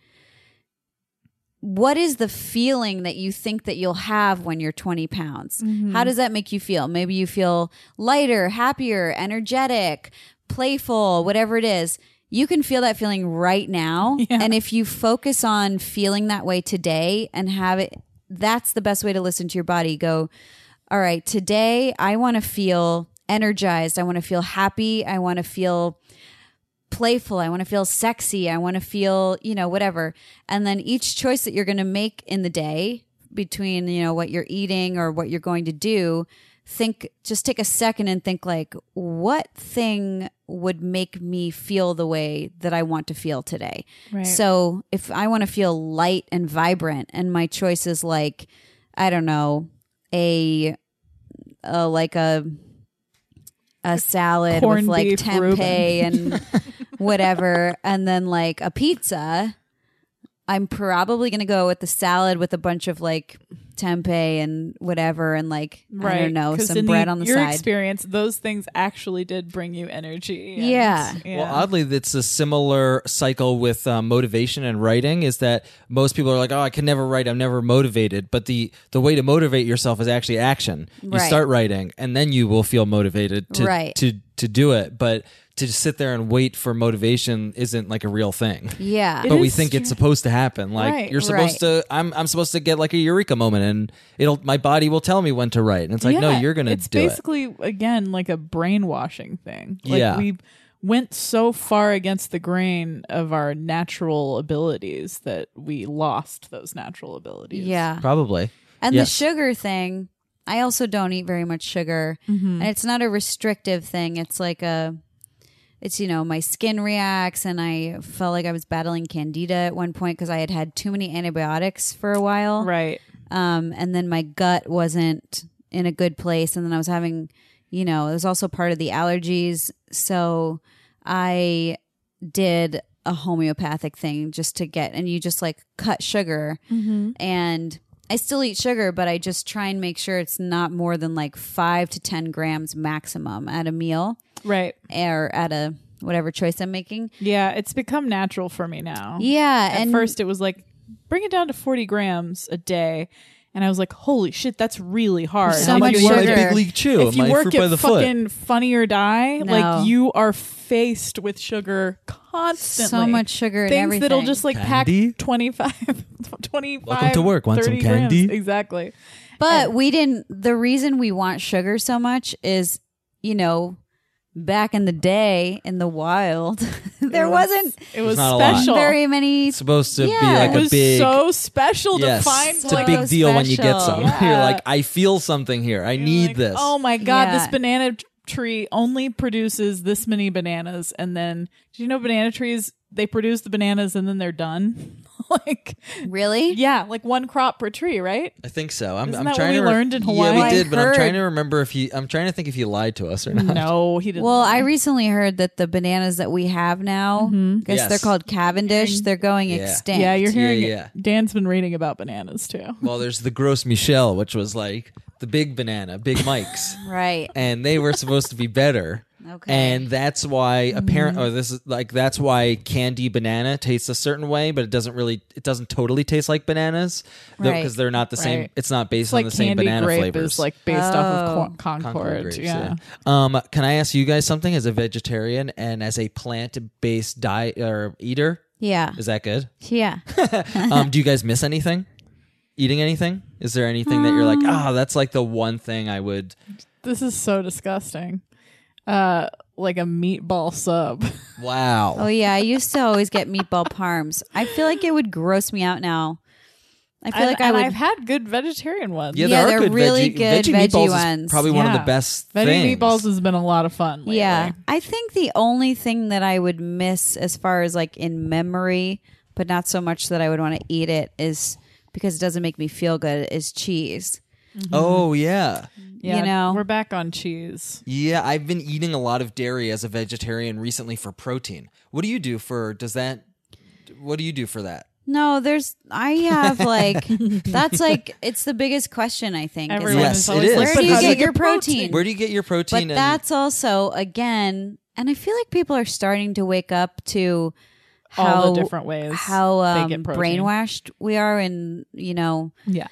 what is the feeling that you think that you'll have when you're 20 pounds how does that make you feel maybe you feel lighter happier energetic playful whatever it is you can feel that feeling right now and if you focus on feeling that way today and have it that's the best way to listen to your body go all right today i want to feel energized i want to feel happy i want to feel playful. I want to feel sexy. I want to feel, you know, whatever. And then each choice that you're going to make in the day between, you know, what you're eating or what you're going to do, think just take a second and think like what thing would make me feel the way that I want to feel today.
Right.
So, if I want to feel light and vibrant and my choice is like I don't know, a uh, like a a salad with
Corned
like
beef
tempeh and whatever, and then like a pizza. I'm probably gonna go with the salad with a bunch of like tempeh and whatever, and like I don't know
'Cause
some
in
bread on the
your
side.
experience, those things actually did bring you energy. and-
Yeah.
Well, oddly, that's a similar cycle with um, motivation and writing. Is that most people are like, "Oh, I can never write. I'm never motivated." But the the way to motivate yourself is actually action. You
Right.
start writing, and then you will feel motivated to
Right.
to to do it. But to just sit there and wait for motivation isn't like a real thing.
yeah,
It
but we
is
think it's supposed to happen. Like
Right.
you're supposed to. I'm I'm supposed to get like a eureka moment, and it'll my body will tell me when to write. And it's like, no,
Yeah,
you're gonna
it's
do it.
basically again like a brainwashing thing. Like
Yeah.
we went so far against the grain of our natural abilities that we lost those natural abilities.
yeah.
Probably.
And
Yes.
the sugar thing, I also don't eat very much sugar. And it's not a restrictive thing. It's like a it's you know, my skin reacts and I felt like I was battling candida at one point cuz I had had too many antibiotics for a while.
Right.
Um and then my gut wasn't in a good place and then I was having, you know, it was also part of the allergies. So I did a homeopathic thing just to get and you just like cut sugar
Mm-hmm.
and I still eat sugar, but I just try and make sure it's not more than like five to 10 grams maximum at a meal
Right.
or at a whatever choice I'm making.
Yeah. It's become natural for me now.
Yeah.
At
and
first, it was like bring it down to forty grams a day, and I was like, "Holy shit, that's really hard."
So
If
much
you work
sugar.
at-
big league chew.
If you
my
work
fruit by
at
the foot.
fucking Funny or Die,
No.
like you are faced with sugar constantly.
so much sugar and
Things
everything.
that'll just like
Candy?
pack 25, 25
Welcome to work. Want some
30 grams.
candy?
Exactly.
But we didn't. The reason we want sugar so much is, you know, back in the day in the wild, there wasn't
It was
not a lot.
special.
very many.
It's supposed to
Yeah.
be
it
like a
was
big
so special
yes,
to find
it's a
like,
big
So
deal when you get some.
special.
You're
Yeah.
like, I feel something here. I need
like,
this.
Oh my god,
Yeah.
this banana t- tree only produces this many bananas and then do you know banana trees they produce the bananas and then they're done? like
Really?
yeah, like one crop per tree, right?
I think so. I'm,
Isn't
I'm
that what
trying
we
to re-
learned in
Yeah, we
Hawaii?
did, but I'm
Heard.
trying to remember if he. I'm trying to think if he lied to us or not.
No, he didn't.
Well,
lie.
I recently heard that the bananas that we have now, because
Yes.
they're called Cavendish, they're going
Yeah.
Mm-hmm.
extinct.
yeah, you're
Yeah,
hearing
yeah.
it. Dan's been reading about bananas too.
Well, there's the gross Michelle, which was like the big banana, big Mike's,
right.
and they were supposed to be better.
Okay.
And that's why
Mm-hmm.
apparent or this is like that's why candy banana tastes a certain way, but it doesn't really it doesn't totally taste like bananas because
Right.
they're not the same.
Right.
It's not based
It's
on
like
the same
candy
banana
grape
flavors.
is like based off
Oh.
of Con- Concord. yeah.
Um, can I ask you guys something as a vegetarian and as a plant-based diet or eater?
Yeah.
Is that good?
Yeah.
um, do you guys miss anything? Eating anything? Is there anything that you're
Um,
like, ah, that's like the one thing I would?
This is so disgusting. Uh, like a meatball sub.
Wow.
Oh yeah, I used to always get meatball parms. I feel like it would gross me out now. I feel like I
and
would.
I've had good vegetarian ones.
yeah,
yeah,
there
they're
are good
really
veggie,
good
veggie
veggie
meatballs is
ones.
probably one of the
Yeah.
best
Veggie
things.
meatballs has been a lot of fun. Lately.
yeah, I think the only thing that I would miss, as far as like in memory, but not so much that I would want to eat it, is because it doesn't make me feel good. Is cheese.
Oh yeah,
Yeah,
You know?
we're back on cheese.
yeah. I've been eating a lot of dairy as a vegetarian recently for protein. What do you do for? Does that? What do you do for that?
No, there's. I have like that's like it's the biggest question I think. is,
Everyone
like,
Yes,
is
it
always
is.
like,
Where
"But
do
how
you get your protein?
Where do you get your protein?
But
and-
that's also again, and I feel like people are starting to wake up to how
All the different ways
how
they
um,
get protein.
brainwashed we are, and you know,
Yeah,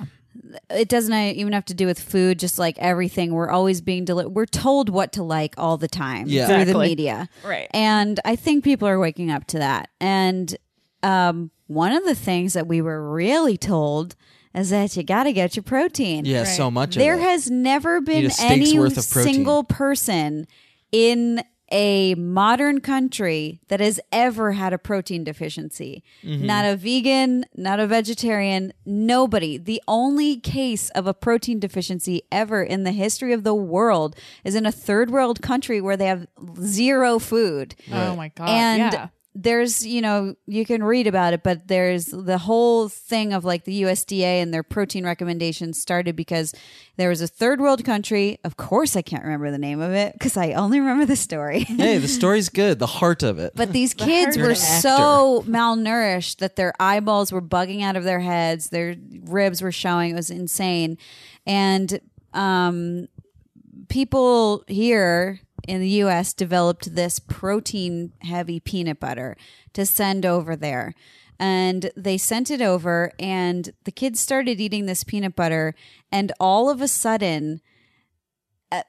it doesn't e, even have to do with food. Just like everything, we're always being deli- we're told what to like all the time
Yeah.
through the
Exactly.
media,
Right.
And I think people are waking up to that. And um, one of the things that we were really told is that you got to get your protein.
yeah, so much.
There
of it.
has never been
steak's
any
worth of protein.
single person in a modern country that has ever had a protein deficiency. Not a vegan, not a vegetarian, nobody. The only case of a protein deficiency ever in the history of the world is in a third world country where they have zero food
Oh my god.
and
yeah.
there's you know you can read about it but there's the whole thing of like the usda and their protein recommendations started because there was a third world country of course i can't remember the name of it because i only remember the story
hey, the story's good. The heart of it.
but these kids
herd
were
of-
so malnourished that their eyeballs were bugging out of their heads their ribs were showing it was insane and um, people here in the us developed this protein heavy peanut butter to send over there and they sent it over and the kids started eating this peanut butter and all of a sudden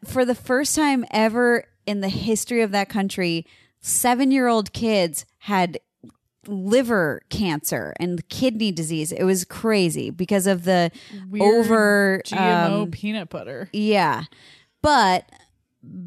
for the first time ever in the history of that country, seven year old kids had liver cancer and kidney disease. It was crazy because of the
Weird
over
GMO
um,
peanut butter.
yeah. But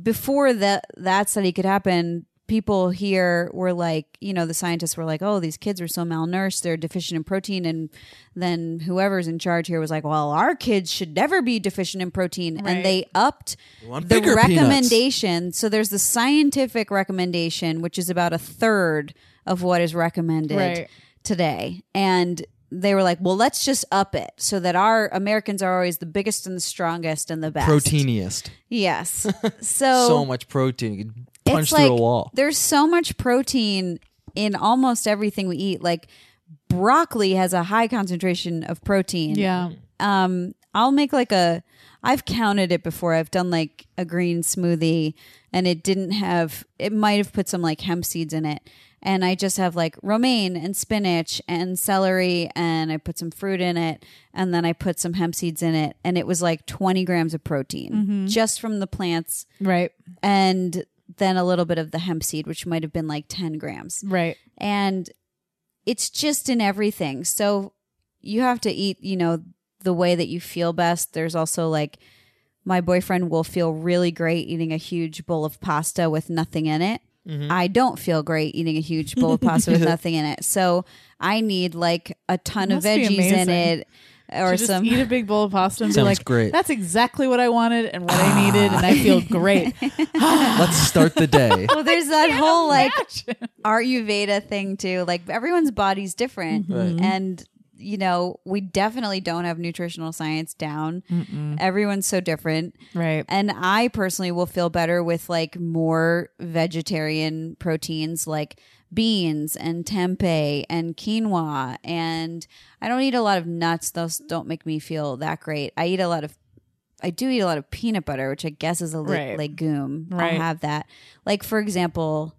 before that that study could happen, people here were like, you know, the scientists were like, "Oh, these kids are so malnourished; they're deficient in protein." And then whoever's in charge here was like, "Well, our kids should never be deficient in protein,"
Right.
and they upped
want
the
bigger peanuts.
recommendation. So there's the scientific recommendation, which is about a third of what is recommended
Right.
today. And they were like, well, let's just up it so that our Americans are always the biggest and the strongest and the best.
Proteiniest.
Yes. So,
so much protein. You could punch
Oh. it's
through
like
a wall.
there's so much protein in almost everything we eat. Like broccoli has a high concentration of protein
Yeah.
um i'll make like a i've counted it before i've done like a green smoothie and it didn't have it might have put some like hemp seeds in it and i just have like romaine and spinach and celery and i put some fruit in it and then i put some hemp seeds in it and it was like 20 grams of protein just from the plants
Right.
and then a little bit of the hemp seed which might have been like 10 grams
Right.
and it's just in everything. So you have to eat, you know, the way that you feel best. There's also like my boyfriend will feel really great eating a huge bowl of pasta with nothing in it.
Mm-hmm.
I don't feel great eating a huge bowl of pasta with nothing in it. So I need like a ton
Must
of
be
veggies in
amazing.
it or
To just
some
eat a big bowl of pasta and
Sounds
be like,
great.
"That's exactly what I wanted and what
Ah.
I needed, and I feel great."
Let's start the day.
Well, there's that whole like Ayurveda thing too. Like everyone's body's different, and you know we definitely don't have nutritional science down. Everyone's so different,
right?
and I personally will feel better with like more vegetarian proteins, like beans and tempeh and quinoa. And I don't eat a lot of nuts; those don't make me feel that great. I eat a lot of I do eat a lot of peanut butter, which I guess is a le-
Right.
legume.
Right.
I'll have that. Like for example,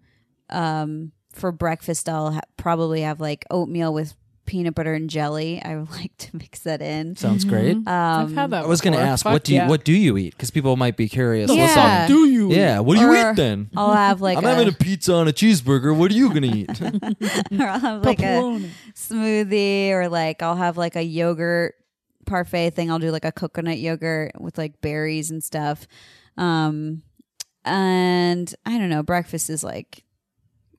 um, for breakfast, I'll ha- probably have like oatmeal with peanut butter and jelly. I would like to mix that in.
Sounds great.
Mm-hmm. Um,
I've had that.
I was going to
before.
ask,
Fuck
what do you
yeah.
what do you eat? Because people might be curious. What's
Yeah.
up?
do you?
Yeah. What do you
Or
eat then?
I'll have like
I'm
a,
having a pizza and a cheeseburger. What are you going to eat?
or I'll have like a
Pepperoni.
smoothie, or like I'll have like a yogurt parfait thing. I'll do like a coconut yogurt with like berries and stuff. Um, and I don't know. Breakfast is like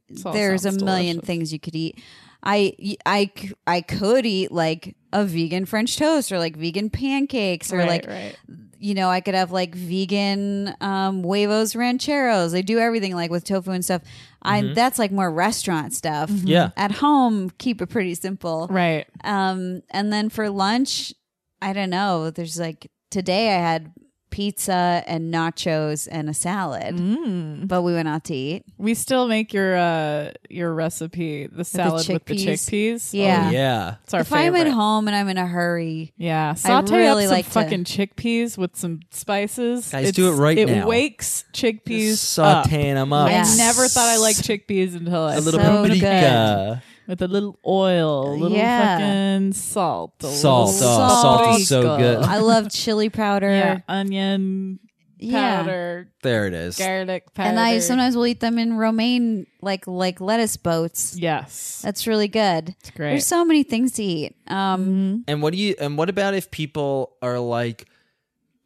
This all
there's a
sounds
million
delicious.
things you could eat. I, I, c- I could eat like a vegan French toast or like vegan pancakes or
Right,
like,
right.
you know, I could have like vegan um, huevos rancheros. They do everything like with tofu and stuff. I
Mm-hmm.
that's like more restaurant stuff.
Yeah.
At home, keep it pretty simple.
right.
Um, and then for lunch, I don't know. There's like today I had pizza and nachos and a salad,
Mm.
but we went out to eat.
We still make your uh your recipe, the salad with the
chickpeas.
chickpeas. Oh,
Yeah.
yeah.
it's our
if
favorite.
I'm at home and I'm in a hurry,
Yeah, saute
really
up some
like to-
fucking chickpeas with some spices.
Guys, do it right
it
now.
wakes chickpees up.
Sauteing them up.
Yeah.
I never thought I liked chickpeas until I
A little
So
paprika.
with a little oil, a little
Yeah.
fucking salt, a
Salt. Oh,
little
salt is so
paprika.
good.
I love chili powder.
Yeah, onion
Yeah.
powder,
There it is.
garlic powder,
And I sometimes will eat them in romaine, like like lettuce boats.
yes,
That's really good.
that's great. Mm-hmm.
There's so many things to eat. Um,
And what do you and what about if people are like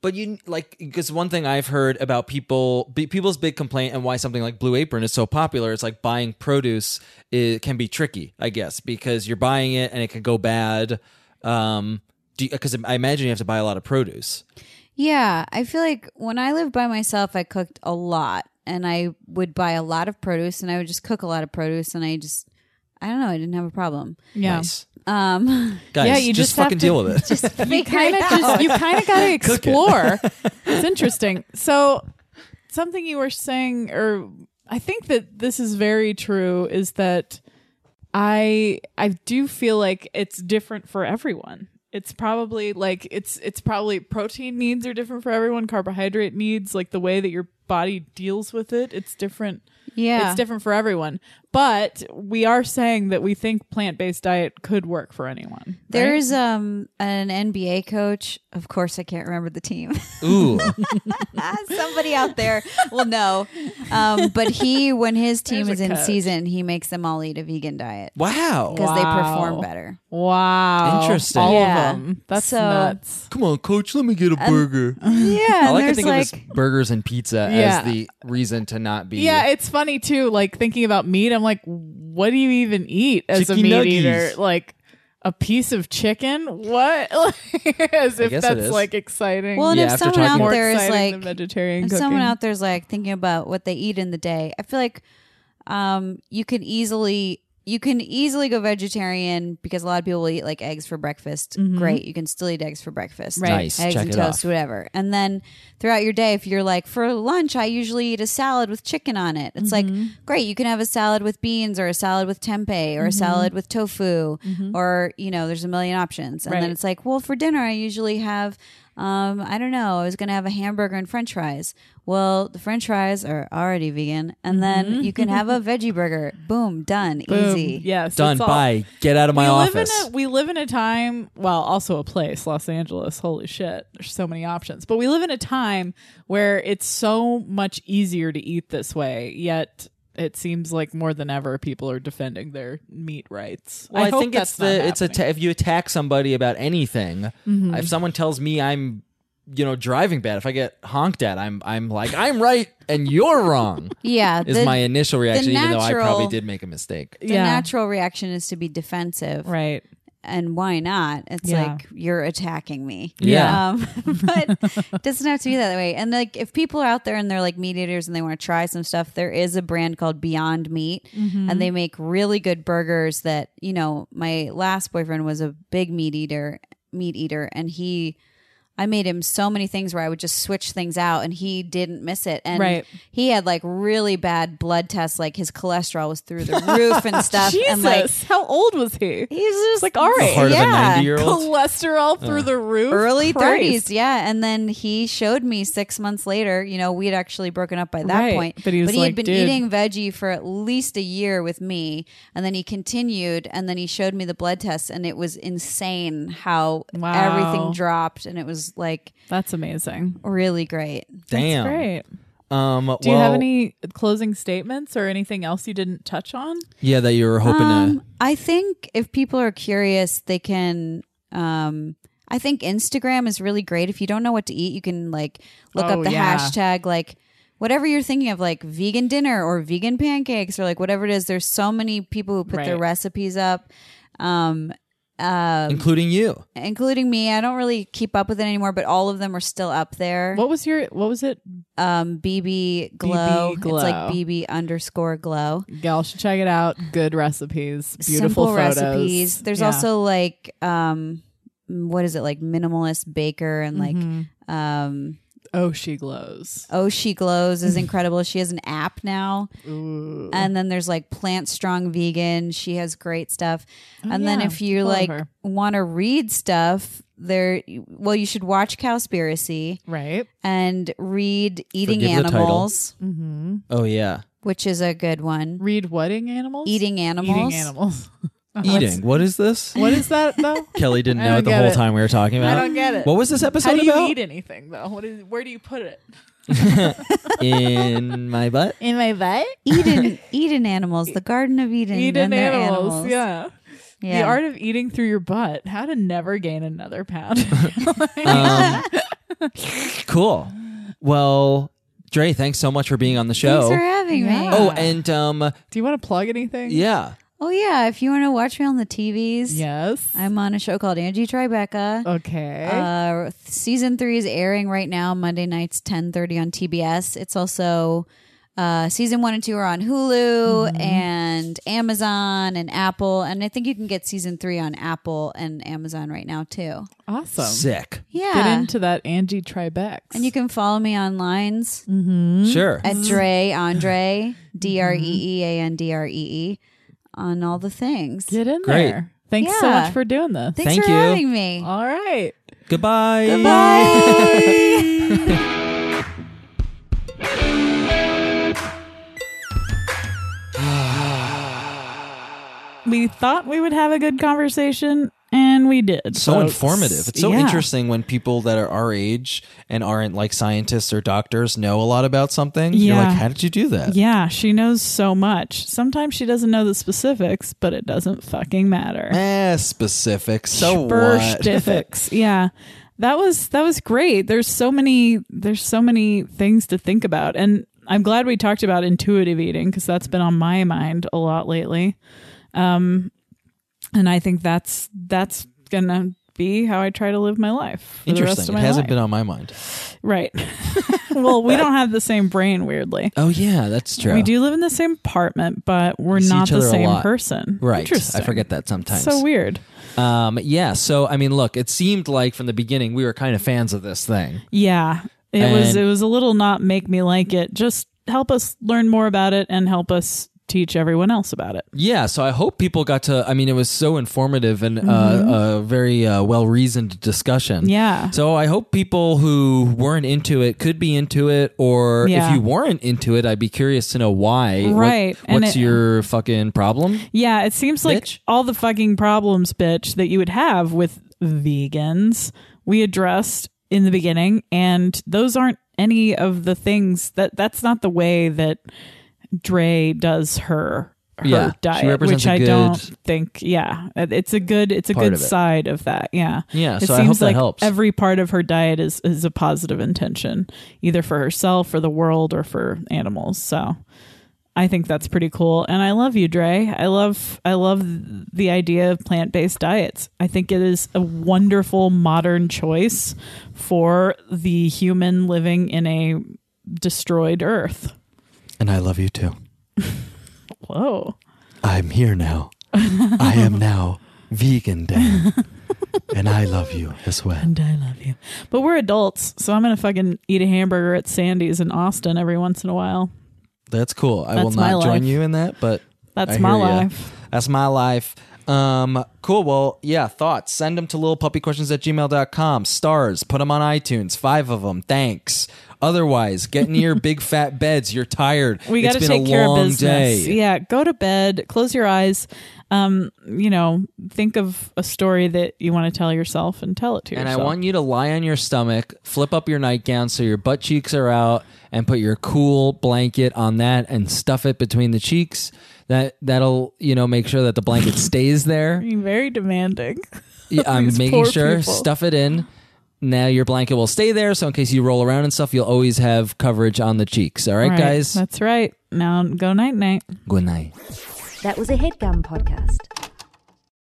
but you like because one thing I've heard about people be, people's big complaint and why something like Blue Apron is so popular it's like buying produce it can be tricky I guess because you're buying it and it can go bad um because I imagine you have to buy a lot of produce
yeah, I feel like when I lived by myself, I cooked a lot, and I would buy a lot of produce, and I would just cook a lot of produce, and I just, I don't know, I didn't have a problem.
yeah,
Nice.
Um,
guys
Yeah, you
just,
just have
fucking
to-
deal with it
you kind of just you kind of got to explore. it's interesting. So something you were saying, or I think that this is very true, is that I I do feel like it's different for everyone. It's probably like it's it's probably protein needs are different for everyone. Carbohydrate needs, like the way that your body deals with it, it's different.
yeah,
It's different for everyone. But we are saying that we think plant based diet could work for anyone. right?
There's um an NBA coach. Of course, I can't remember the team.
ooh
Ah,
Somebody out there will know. Um, but he, when his team
There's
is
a
in
coach.
season, he makes them all eat a vegan diet
wow
because they
Wow.
perform better.
Wow.
Interesting.
All
Yeah.
of them. That's
So-
nuts.
come on coach let me get a burger
Yeah,
all I
and
can
there's
think
like
of is burgers and pizza
Yeah.
as the reason to not be
Yeah, it's funny too. Like thinking about meat, I'm like, what do you even eat as a
Chicken
meat
nuggies.
eater? Like a piece of chicken? What? Like, as if
guess it
that's
is.
like exciting.
Well, and
Yeah,
if
after
someone
talking
out
more
about-
there is
exciting
like,
than vegetarian
if
cooking.
someone out there's like thinking about what they eat in the day, I feel like um, you can easily you can easily go vegetarian because a lot of people will eat like eggs for breakfast. Great, you can still eat eggs for breakfast.
Mm-hmm. Right.
Nice.
eggs
Check
and
it
toast,
off.
whatever. And then throughout your day, if you're like for lunch, I usually eat a salad with chicken on it. It's like great, you can have a salad with beans or a salad with tempeh or a salad with tofu or you know, there's a million options. And
Right.
then it's like, well, for dinner, I usually have, um, I don't know, I was going to have a hamburger and french fries. Well, the french fries are already vegan. And then you can have a veggie burger. Boom, done,
Boom.
easy.
Yes.
done
that's all.
bye get out of my
we
office
Live in a, we live in a time, well, also a place, Los Angeles. Holy shit, there's so many options. But we live in a time where it's so much easier to eat this way, yet it seems like more than ever people are defending their meat rights.
Well, I,
hope
think it's
that's not
the it's a ta-
happening. Mm-hmm.
if you attack somebody about anything, if someone tells me I'm you know driving bad, if I get honked at, I'm I'm like I'm right and you're wrong.
Yeah,
Is
the-
my initial reaction, even though I probably
natural-
did make a mistake.
the natural reaction is to be defensive,
right.
and why not? It's
Yeah.
like you're attacking me.
Yeah.
Um, but it doesn't have to be that way. And like if people are out there and they're like meat eaters and they want to try some stuff, there is a brand called Beyond Meat
Mm-hmm.
Uh,
and
Mm-hmm.
they make really good burgers that, you know, my last boyfriend was a big meat eater, meat eater and he I made him so many things where I would just switch things out and he didn't miss it. And
Right.
he had like really bad blood tests, like his cholesterol was through the roof and stuff.
Jesus,
And like
how old was he?
he's just
like, all right. The
Heart of a
yeah.
90 year old.
Cholesterol through the roof.
early
Christ.
30s yeah and then he showed me six months later you know we had actually broken up by that
Right.
point
But he was
had
like,
been
"Dude."
eating veggie for at least a year with me and then he continued and then he showed me the blood tests and it was insane how
Wow.
everything dropped and it was like
That's amazing.
really great
Damn.
That's great.
Um,
Do you
well,
have any closing statements or anything else you didn't touch on?
Yeah, that you were hoping
um,
to.
i think if people are curious they can um i think instagram is really great if you don't know what to eat you can like look
Oh,
up the
yeah.
hashtag like whatever you're thinking of like vegan dinner or vegan pancakes or like whatever it is there's so many people who put their
Right.
recipes up um uh,
Including you.
including me i don't really keep up with it anymore but all of them are still up there
What was your what was it?
um bb glow
BB Glow.
it's like bb underscore glow
Y'all should check it out. Good recipes, beautiful
simple
photos.
recipes. There's
Yeah.
also like um what is it like minimalist baker and like um
Mm-hmm. Oh, she glows.
oh she glows is incredible. she has an app now.
Ooh.
And then there's like plant strong vegan. She has great stuff. and then
Oh, yeah.
if you
Follow
like
her.
want to read stuff there well you should watch Cowspiracy
Right.
and read Eating
Forgive the title.
Animals,
Mm-hmm.
Oh, yeah.
which is a good one.
Read wedding animals.
Eating Animals.
Eating animals.
Eating. What is this?
What is that though?
Kelly didn't
Uh-huh. I
know
don't
it the
get
whole
it.
time we were talking
I
about.
don't get it.
What was this episode
How do you
about?
eat anything though? What is? Where do you put it?
In my butt.
In my butt.
Eden Eden Animals, the Garden of Eden.
Eating
and their
animals.
animals.
Yeah.
Yeah.
The art of eating through your butt. How to never gain another pound.
Um, cool. Well, Dre, thanks so much for being on the show.
Thanks for having me.
Yeah.
Oh,
oh, and um,
do you want to plug anything?
yeah.
yeah, if you want to watch me on the TVs,
Yes.
I'm on a show called Angie Tribeca.
okay.
Uh, th- season three is airing right now, Monday nights, 10:30 on TBS. It's also uh, season one and two are on Hulu
Mm-hmm.
and Amazon and Apple, and I think you can get season three on Apple and Amazon right now too.
awesome.
Sick.
Yeah,
Get into that Angie Tribex.
and you can follow me on lines
Mm-hmm.
Sure.
at Dre Andre D R E E A N D R E E on all the things.
get in
Great.
there. Thanks so much
Yeah.
for doing this.
Thanks
Thank
for
you.
having me.
All right.
Goodbye.
We thought we would have a good conversation, and we did.
So
folks.
informative. It's so
Yeah.
interesting when people that are our age and aren't like scientists or doctors know a lot about something. You're
Yeah.
like, how did you do that?
Yeah, she knows so much. Sometimes she doesn't know the specifics, but it doesn't fucking matter.
Eh, specific. So what?
Specifics. yeah. That was that was great. There's so many there's so many things to think about. And I'm glad we talked about intuitive eating because that's been on my mind a lot lately. Um and I think that's that's going to be how I try to live my life. For the rest of
Interesting. It
my
hasn't
life.
been on my mind.
Right. well, we don't have the same brain weirdly.
Oh yeah, that's true.
We do live in the same apartment, but we're
We see
not
each
the
other a
same
lot.
person.
Right.
Interesting.
I forget that sometimes.
So weird.
Um, yeah. So I mean, look, it seemed like from the beginning we were kind of fans of this thing.
Yeah. It was
And-
it was a little not make me like it. Just help us learn more about it and help us teach everyone else about it.
Yeah. So I hope people got to. I mean, it was so informative and uh, a very uh, well reasoned discussion.
Mm-hmm. Yeah.
So I hope people who weren't into it could be into it, or
Yeah.
if you weren't into it, I'd be curious to know why. What-
Right, and
what's
it-
your fucking problem?
Yeah, it seems like
Bitch.
all the fucking problems, bitch, that you would have with vegans, we addressed in the beginning, and those aren't any of the things that that's not the way that Dre does her her
Yeah, she
diet,
represents
which
a
I
good-
don't think. Yeah, it- it's a good it's a
Part
good
of it.
side of that. Yeah,
Yeah,
It
so I hope
seems
that
like
helps.
every part of her diet is is a positive intention, either for herself or the world or for animals. So. I think that's pretty cool, and I love you, Dre. I love I love the idea of plant based diets. I think it is a wonderful modern choice for the human living in a destroyed Earth.
And I love you too.
Whoa!
I'm here now. I am now vegan Dan. and I love you as well.
And I love you, but we're adults, so I'm gonna fucking eat a hamburger at Sandy's in Austin every once in a while.
That's cool. I will
That's my
not join
life.
you in that, but
That's
I
my
hear ya.
life.
That's my life. Um, cool. Well, yeah, thoughts. Send them to littlepuppyquestions at gmail.com. Stars. Put them on iTunes. Five of them. Thanks. Otherwise, get in your big fat beds. You're tired.
We
It's
got to
been a
take care of
long
business.
day.
Yeah, go to bed, close your eyes. Um, you know, think of a story that you want to tell yourself and tell it to
And
yourself.
I want you to lie on your stomach, flip up your nightgown so your butt cheeks are out, and put your cool blanket on that and stuff it between the cheeks. That that'll you know make sure that the blanket stays there.
You're very demanding.
Yeah, I'm
These
making
poor
sure
people.
stuff it in. Now your blanket will stay there, so in case you roll around and stuff, you'll always have coverage on the cheeks. All right, guys.
That's right. Now go night night.
Good night.
That was a headgum podcast.